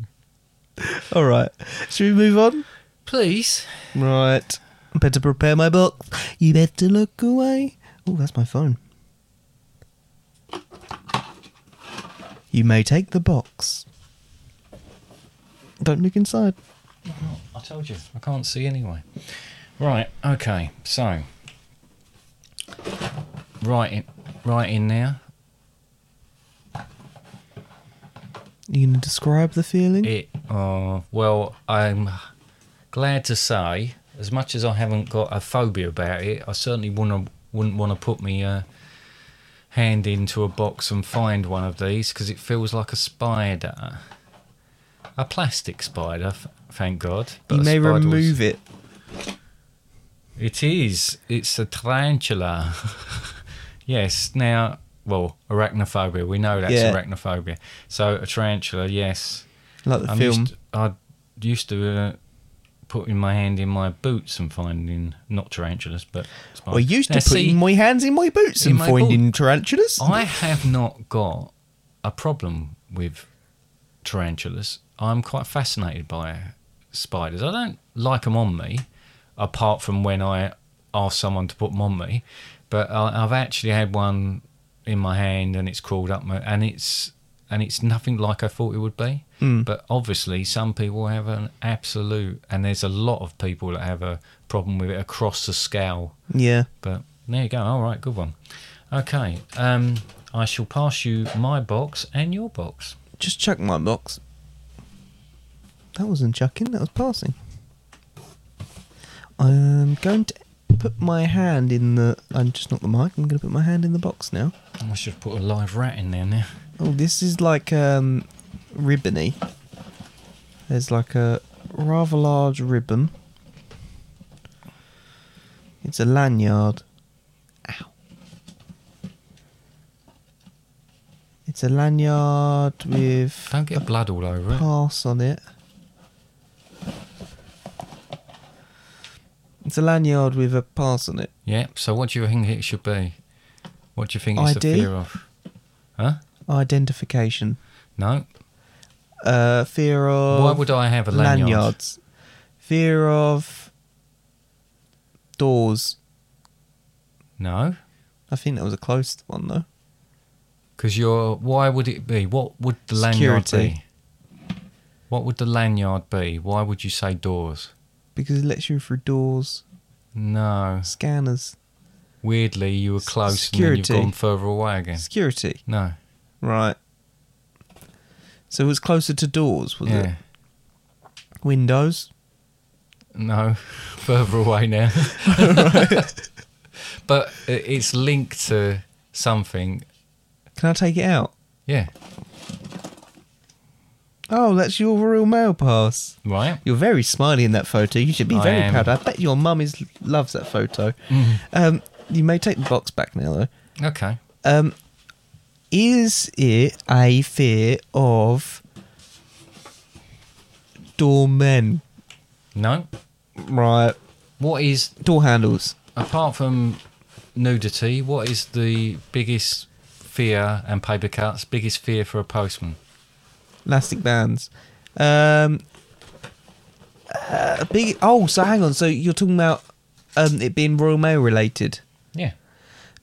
All right. Should we move on? Please. Right. Better prepare my book. You better look away. Oh, that's my phone. You may take the box. Don't look inside. I told you, I can't see anyway. Right, okay, so. Right in, right in now. You gonna describe the feeling? It, uh, well, I'm glad to say, as much as I haven't got a phobia about it, I certainly wouldn't wouldn't want to put me uh, hand into a box and find one of these because it feels like a spider, a plastic spider. f- Thank God. but you a may spider was- remove it. It is. It's a tarantula. yes. Now, well, arachnophobia. We know that's Yeah. arachnophobia. So a tarantula. Yes. Like the I'm film. Used I used to uh, putting my hand in my boots and finding not tarantulas, but spiders. I used Now, to putting see, my hands in my boots in and my finding tarantulas. I have not got a problem with tarantulas. I'm quite fascinated by spiders. I don't like them on me, apart from when I ask someone to put them on me. But I, I've actually had one in my hand, and it's crawled up my, and it's and it's nothing like I thought it would be. But obviously, some people have an absolute, and there's a lot of people that have a problem with it across the scale yeah. but there you go. All right, good one. Okay, um, I shall pass you my box and your box. Just chuck my box. That wasn't chucking, that was passing. I'm going to put my hand in the. I'm just not the mic, I'm going to put my hand in the box now. I should put a live rat in there now. Oh, this is like um, ribbony. There's like a rather large ribbon. It's a lanyard. Ow. It's a lanyard with Don't get blood all over it. pass on it. It's a lanyard with a pass on it. Yeah. So what do you think it should be? What do you think is the ID? fear of? Huh? Identification. No. Uh, fear of. Why would I have a lanyard? lanyards. Fear of doors. No, I think that was a closed one though. because you're. Why would it be? What would the lanyard Security. be? What would the lanyard be? Why would you say doors? Because it lets you through doors, No. scanners, Weirdly, you were close and then Security. you've gone further away again. security. No. Right. So it was closer to doors, was Yeah. it? Windows. No, further away now. but i- it's linked to something. Can I take it out? Yeah, Oh, that's your Royal Mail pass. right. You're very smiley in that photo. You should be I very am. Mm. proud. I bet your mum is loves that photo. Um, you may take the box back now though. Okay. Um, is it a fear of doormen? No. Right, What is door handles. apart from nudity? What is the biggest fear and paper cuts? Biggest fear for a postman? elastic bands. Um, uh, big. Oh, so hang on. So you're talking about um, it being Royal Mail related. Yeah.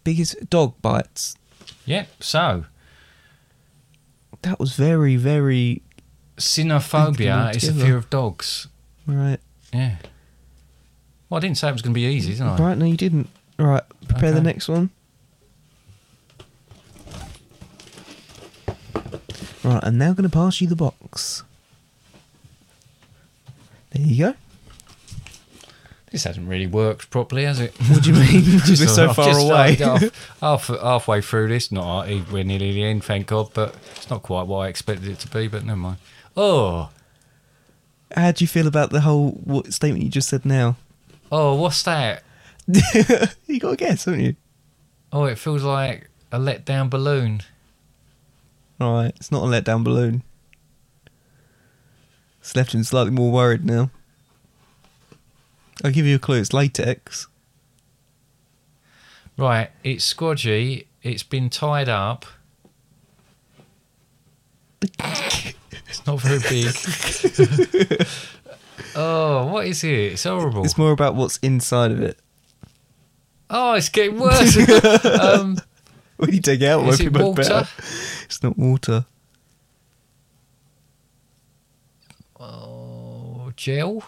Biggest dog bites. Yeah. So That was very, very cynophobia is a Altogether. fear of dogs. right. Yeah. Well, I didn't say it was going to be easy, did I? Right? No, you didn't. Right. Prepare the Oh, Okay. next one. Right. I'm now going to pass you the box. There you go. This hasn't really worked properly, has it? What do you mean? Because we're Sorry, so I've far just away. started Half, half- halfway through this, not half- we're nearly the end, thank God, but it's not quite what I expected it to be. But never mind. Oh, How do you feel about the whole what statement you just said now? oh, what's that? you got a guess, haven't you? Oh, it feels like a letdown balloon. Right, it's not a letdown balloon. It's left him slightly more worried now. I'll give you a clue. It's latex. Right, it's squodgy. It's been tied up. it's not very big. oh, what is it? It's horrible. It's more about what's inside of it. oh, it's getting worse. um, When you dig out, it is won't be it much water? better. It's not water. Oh, gel,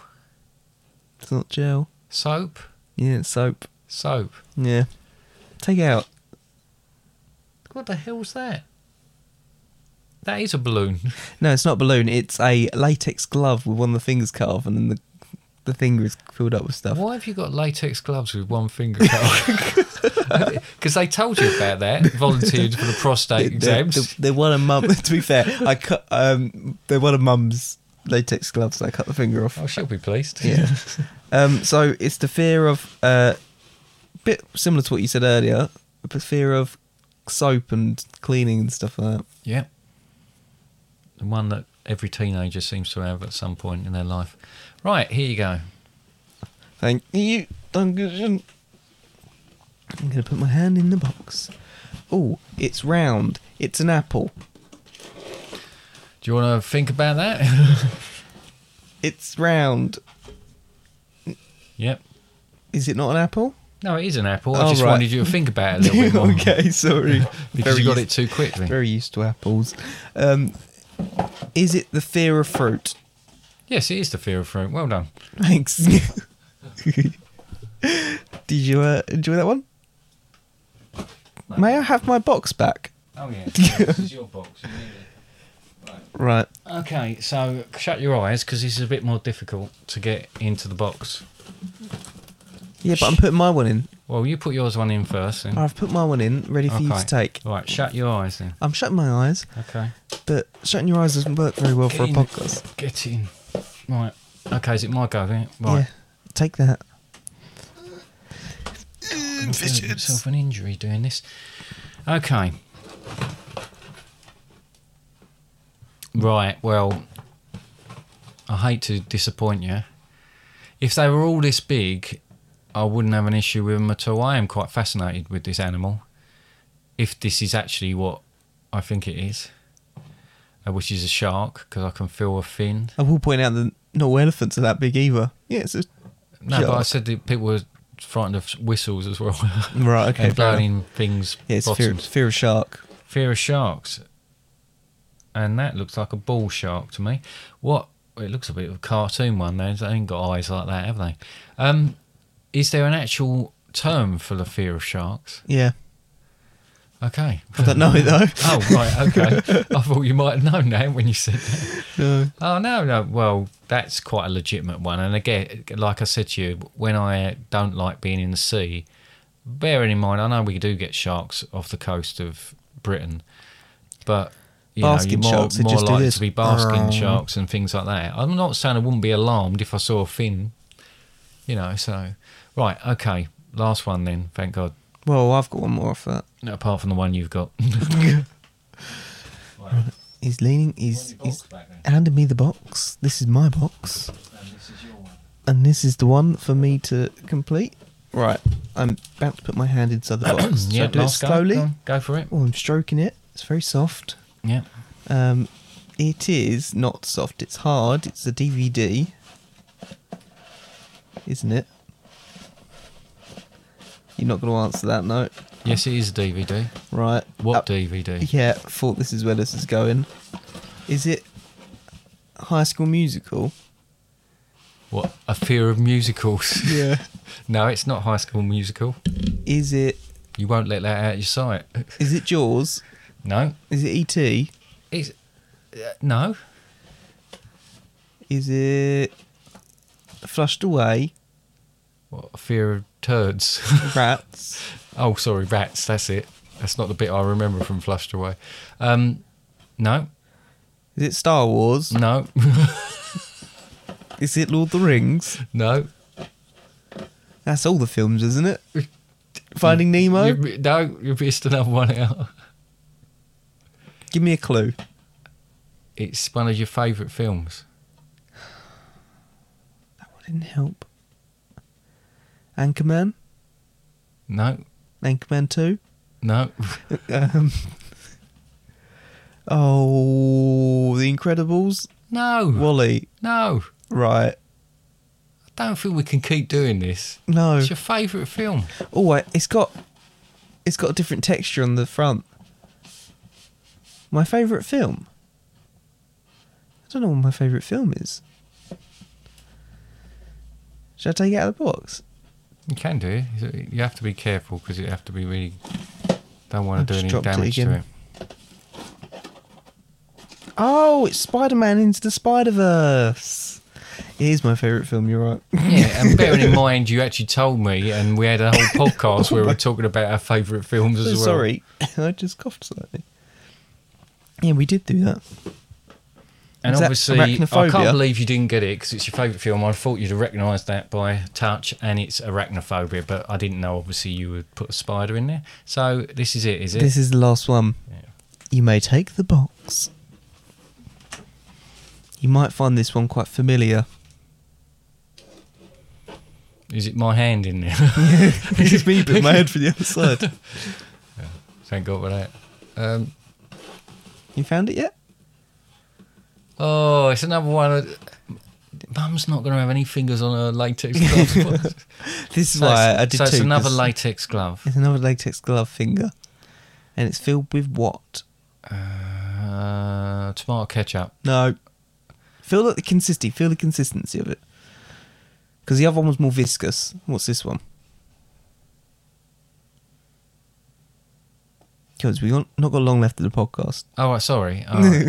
It's not gel. soap, Yeah, it's soap. soap. Yeah. Take it out. What the hell's that? That is a balloon. No, it's not a balloon. It's a latex glove with one of the fingers cut off, and then the the finger is filled up with stuff. Why have you got latex gloves with one finger cut? Because they told you about that. Volunteered for the prostate They're, exams. they're- they're one of mum. to be fair, I cut. Um, they're one of mum's latex gloves. And I cut the finger off. Oh, she'll be pleased. Yeah. um, so it's the fear of uh, bit similar to what you said earlier, but fear of soap and cleaning and stuff like that. Yeah. The one that every teenager seems to have at some point in their life. Right, here you go. Thank you, Duncan. I'm gonna put my hand in the box. Oh, it's round. It's an apple. Do you want to think about that? It's round. yep. Is it not an apple? No, it is an apple. Oh, I just right. wanted you to think about it a little bit more. okay, sorry. Because Very you got it used- too quickly. Very used to apples. Um, is it the fear of fruit? Yes, it is the fear of fruit. Well done. Thanks. Did you uh, enjoy that one? May I have my box back? Oh, yeah. this is your box. Right. Okay, so shut your eyes because this is a bit more difficult to get into the box. Yeah, but I'm putting my one in. Well, you put yours one in first. Then. I've put my one in, ready for you Okay. to take. Right, shut your eyes then. I'm shutting my eyes, Okay. but shutting your eyes doesn't work very well for a in. podcast. Get in. Right. Okay, is it my go then? Yeah, Right. take that. I'm doing myself an injury doing this. Okay. Right, well, I hate to disappoint you. If they were all this big, I wouldn't have an issue with them at all. I am quite fascinated with this animal. If this is actually what I think it is, uh, which is a shark, because I can feel a fin. I will point out that not all elephants are that big either. Yeah, it's a No, but I Shark. said that people were frightened of whistles as well. Right, okay, and fair enough. blowing things. yeah, it's fear, bottoms. fear of shark. Fear of sharks. And that looks like a bull shark to me. What? It looks a bit of a cartoon one. They ain't got eyes like that, have they? Um, is there an actual term for the fear of sharks? Yeah, Okay. I don't know it though. oh, right. Okay. I thought you might have known that when you said that. No. Oh, no, no. Well, that's quite a legitimate one. And again, like I said to you, when I don't like being in the sea, bearing in mind, I know we do get sharks off the coast of Britain, but you Basking know, you're more, sharks, they more just do likely this. to be basking Arrgh. sharks and things like that. I'm not saying I wouldn't be alarmed if I saw a fin, you know, so. Right, okay. Last one then, thank God. Well, I've got one more off that. Apart from the one you've got. He's leaning. He's he's handed me the box. This is my box. And this is the one for me to complete. Right, I'm about to put my hand inside the box. Should I Yep, do it last go. slowly? Go, on, go for it. Oh, I'm stroking it. It's very soft. Yeah. Um, it is not soft. It's hard. It's a DVD, isn't it? You're not going to answer that, no. Yes, it is a DVD. Right. What Up- DVD? Uh, Yeah, thought this is where this is going. Is it High School Musical? What? A Fear of Musicals. Yeah. no, it's not High School Musical. Is it You won't let that out of your sight. is it Jaws? No. Is it E E.T.? It's. Uh, no. Is it Flushed Away? What, a Fear of Turds. Rats? oh, sorry, rats. That's it. That's not the bit I remember from Flushed Away. Um, no. is it Star Wars? No. Is it Lord of the Rings? no. That's all the films, isn't it? Finding Nemo? You, no, you missed another one out. Give me a clue. It's one of your favourite films. That wouldn't help. Anchorman? No. Anchorman 2. No. Um, oh, The Incredibles. No. Wally. No. Right. I don't think we can keep doing this. No. It's your favourite film. Oh, wait, it's got it's got a different texture on the front. My favourite film. I don't know what my favourite film is. Should I take it out of the box? You can do it. You have to be careful because you have to be really. Don't I want to do just any dropped it damage to again. it. Oh, it's Spider Man into the Spider Verse. It is my favourite film, you're right. Yeah, and bearing in mind, you actually told me, and we had a whole podcast where we were talking about our favourite films as well. Oh Sorry, I just coughed slightly. Yeah, we did do that. And Is that obviously, I arachnophobia? can't believe you didn't get it because it's your favourite film. I thought you'd have recognised that by touch, and it's arachnophobia, but I didn't know, obviously, you would put a spider in there. So this is it, is it? This is the last one. Yeah. You may take the box. You might find this one quite familiar. Is it my hand in there? It's just me putting my head for the other side. Thank God for that. Um, You found it yet? oh, it's another one. of- Mum's not going to have any fingers on her latex glove. This is So why it's- I did So it's too, another 'cause latex glove. It's another latex glove finger, and it's filled with what? Uh, tomato ketchup. No. Feel like the consistency. Feel the consistency of it. Because the other one was more viscous. What's this one? Because we got, not got long left of the podcast. Oh, right, sorry. All right,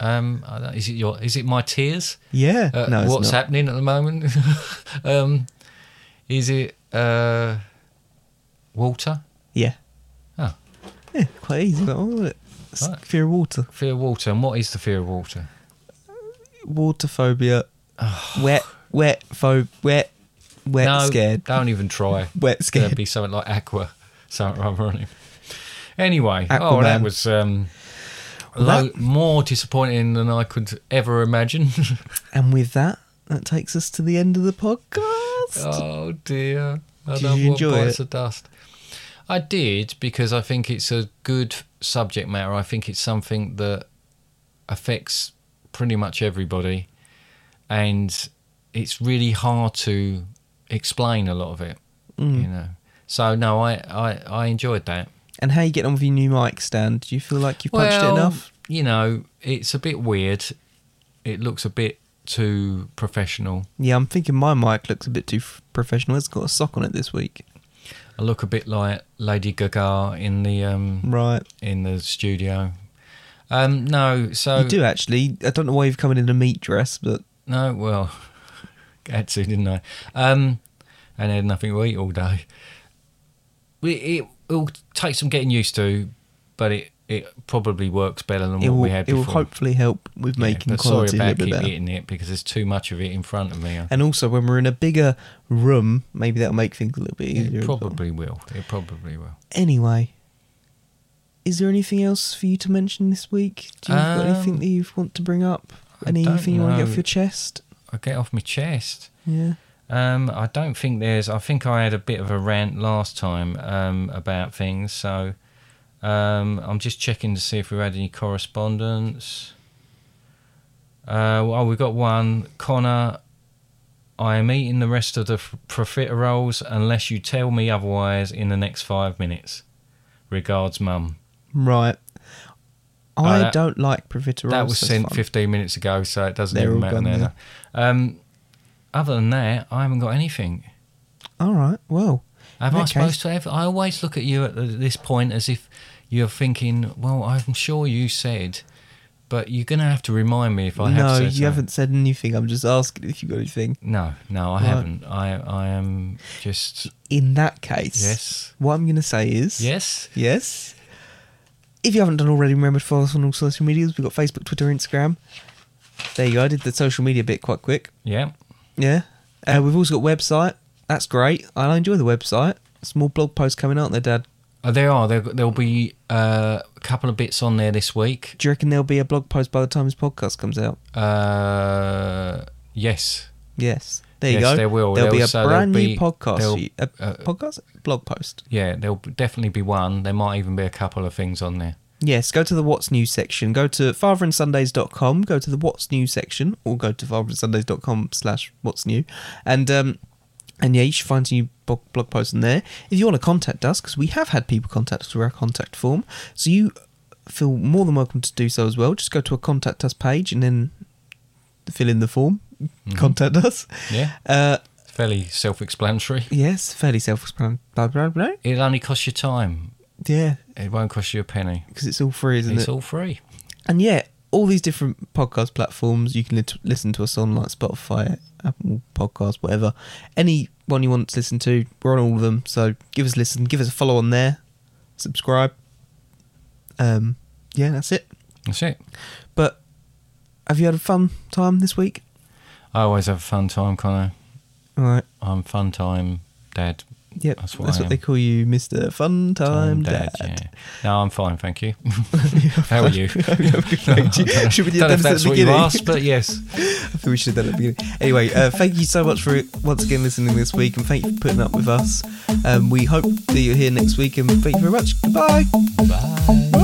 uh, um, I don't- is it your? Is it my tears? Yeah. Uh, no, it's what's not. happening at the moment? um, is it uh, water? Yeah. Oh. Yeah, quite easy. That one, wasn't it? It's Right. Fear of water. Fear of water. And what is the fear of water? Water phobia. wet, wet, pho- wet, wet, Oh. no, scared. Don't even try. Wet, It's going scared. to be something like aqua, something rather on it. Anyway, oh, that Aquaman. was um, Well, lo- that- more disappointing than I could ever imagine. And with that, that takes us to the end of the podcast. Oh dear! I Did don't you want enjoy bites it? of dust. I did because I think it's a good subject matter. I think it's something that affects pretty much everybody, and it's really hard to explain a lot of it. Mm. You know. So no, I, I, I enjoyed that. And how you getting on with your new mic stand? Do you feel like you punched it enough? You know, it's a bit weird. It looks a bit too professional. Yeah, I'm thinking my mic looks a bit too f- professional. It's got a sock on it this week. I look a bit like Lady Gaga in the um, Right. in the studio. Um, no, so you do actually. I don't know why you've come in in a meat dress, but no. Well, had to, didn't I? Um, and had nothing to eat all day. We, it will take some getting used to, but it it probably works better than it what will, we had it will before. hopefully help with Yeah, making but quality a little sorry about bit keep better. eating it because there's too much of it in front of me. I- And also, when we're in a bigger room, maybe that'll make things a little bit easier. It as well. probably will. It probably will. Anyway, is there anything else for you to mention this week? Do you have got anything Um, that you want to bring up? I don't Anything you want to get know. off your chest? I get off my chest. Yeah. Um, I don't think there's. I think I had a bit of a rant last time um, about things, so um, I'm just checking to see if we had any correspondence. Uh, well, we got one. Connor, I am eating the rest of the f- profiteroles unless you tell me otherwise in the next five minutes. Regards, Mum. Right. I that- don't like profiteroles. Uh, That was so sent fun. 15 minutes ago, so it doesn't They're even all matter. gone now, now. no. Um, other than that, I haven't got anything. All right. Well, Am In I that supposed to have? I always look at you at this point as if you're thinking, well, I'm sure you said, but you're going to have to remind me if I have no, said you something. haven't said anything. I'm just asking if you got anything. No, no, I Right. haven't. I, I am just In that case, Yes. What I'm going to say is yes. Yes. If you haven't done already, remember to follow us on all social medias. We've got Facebook, Twitter, Instagram. There you go. I did the social media bit quite quick. Yeah. Yeah. Uh, we've also got website. That's great. I enjoy the website. Small blog posts coming out there, Dad. Oh, there are. There, there'll be uh, a couple of bits on there this week. Do you reckon there'll be a blog post by the time this podcast comes out? Uh, yes. Yes. There you Yes, go. there will. There'll be There'll- a so brand there'll new be- podcast. A there'll- uh, podcast? Blog post. Yeah, there'll b- definitely be one. There might even be a couple of things on there. Yes, go to the What's New section. Go to fatherandsundays.com, go to the What's New section, or go to fatherandsundays.com slash what's new. And, um, and yeah, you should find a new blog, blog post in there. If you want to contact us, because we have had people contact us through our contact form, so you feel more than welcome to do so as well. Just go to a contact us page and then fill in the form, contact us. Mm-hmm. Yeah. Uh, It's fairly self explanatory. yes, fairly self-explanatory. It'll only cost you time. Yeah, It won't cost you a penny. because it's all free, isn't it's it? all free. And yeah, all these different podcast platforms you can lit- listen to us on, like Spotify, Apple Podcasts, whatever. Any one you want to listen to, we're on all of them. So give us a listen, give us a follow on there, subscribe. Um, yeah, that's it. That's it. But have you had a fun time this week? I always have a fun time, Connor. All right. I'm fun time dad. Yep, That's that's what what, I am. they call you, Mister Fun Time Dad. Yeah. No, I'm fine, thank you. How are you? thank you. Should we do Don't know that at if the that's what you beginning? asked, but yes. I think we should have done it at the beginning. Anyway, uh, thank you so much for once again listening this week, and thank you for putting up with us. Um, we hope that you're here next week, and thank you very much. Goodbye. Bye.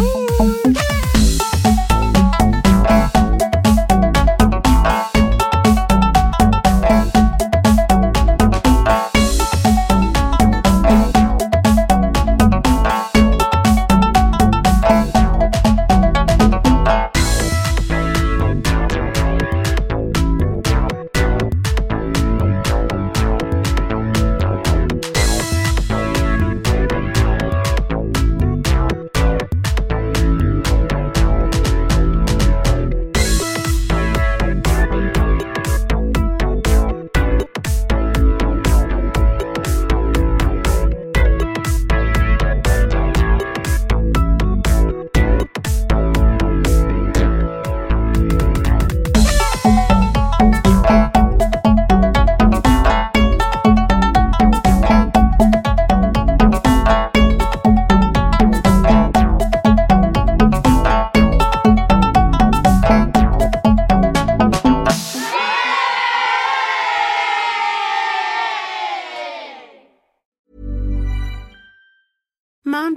Mom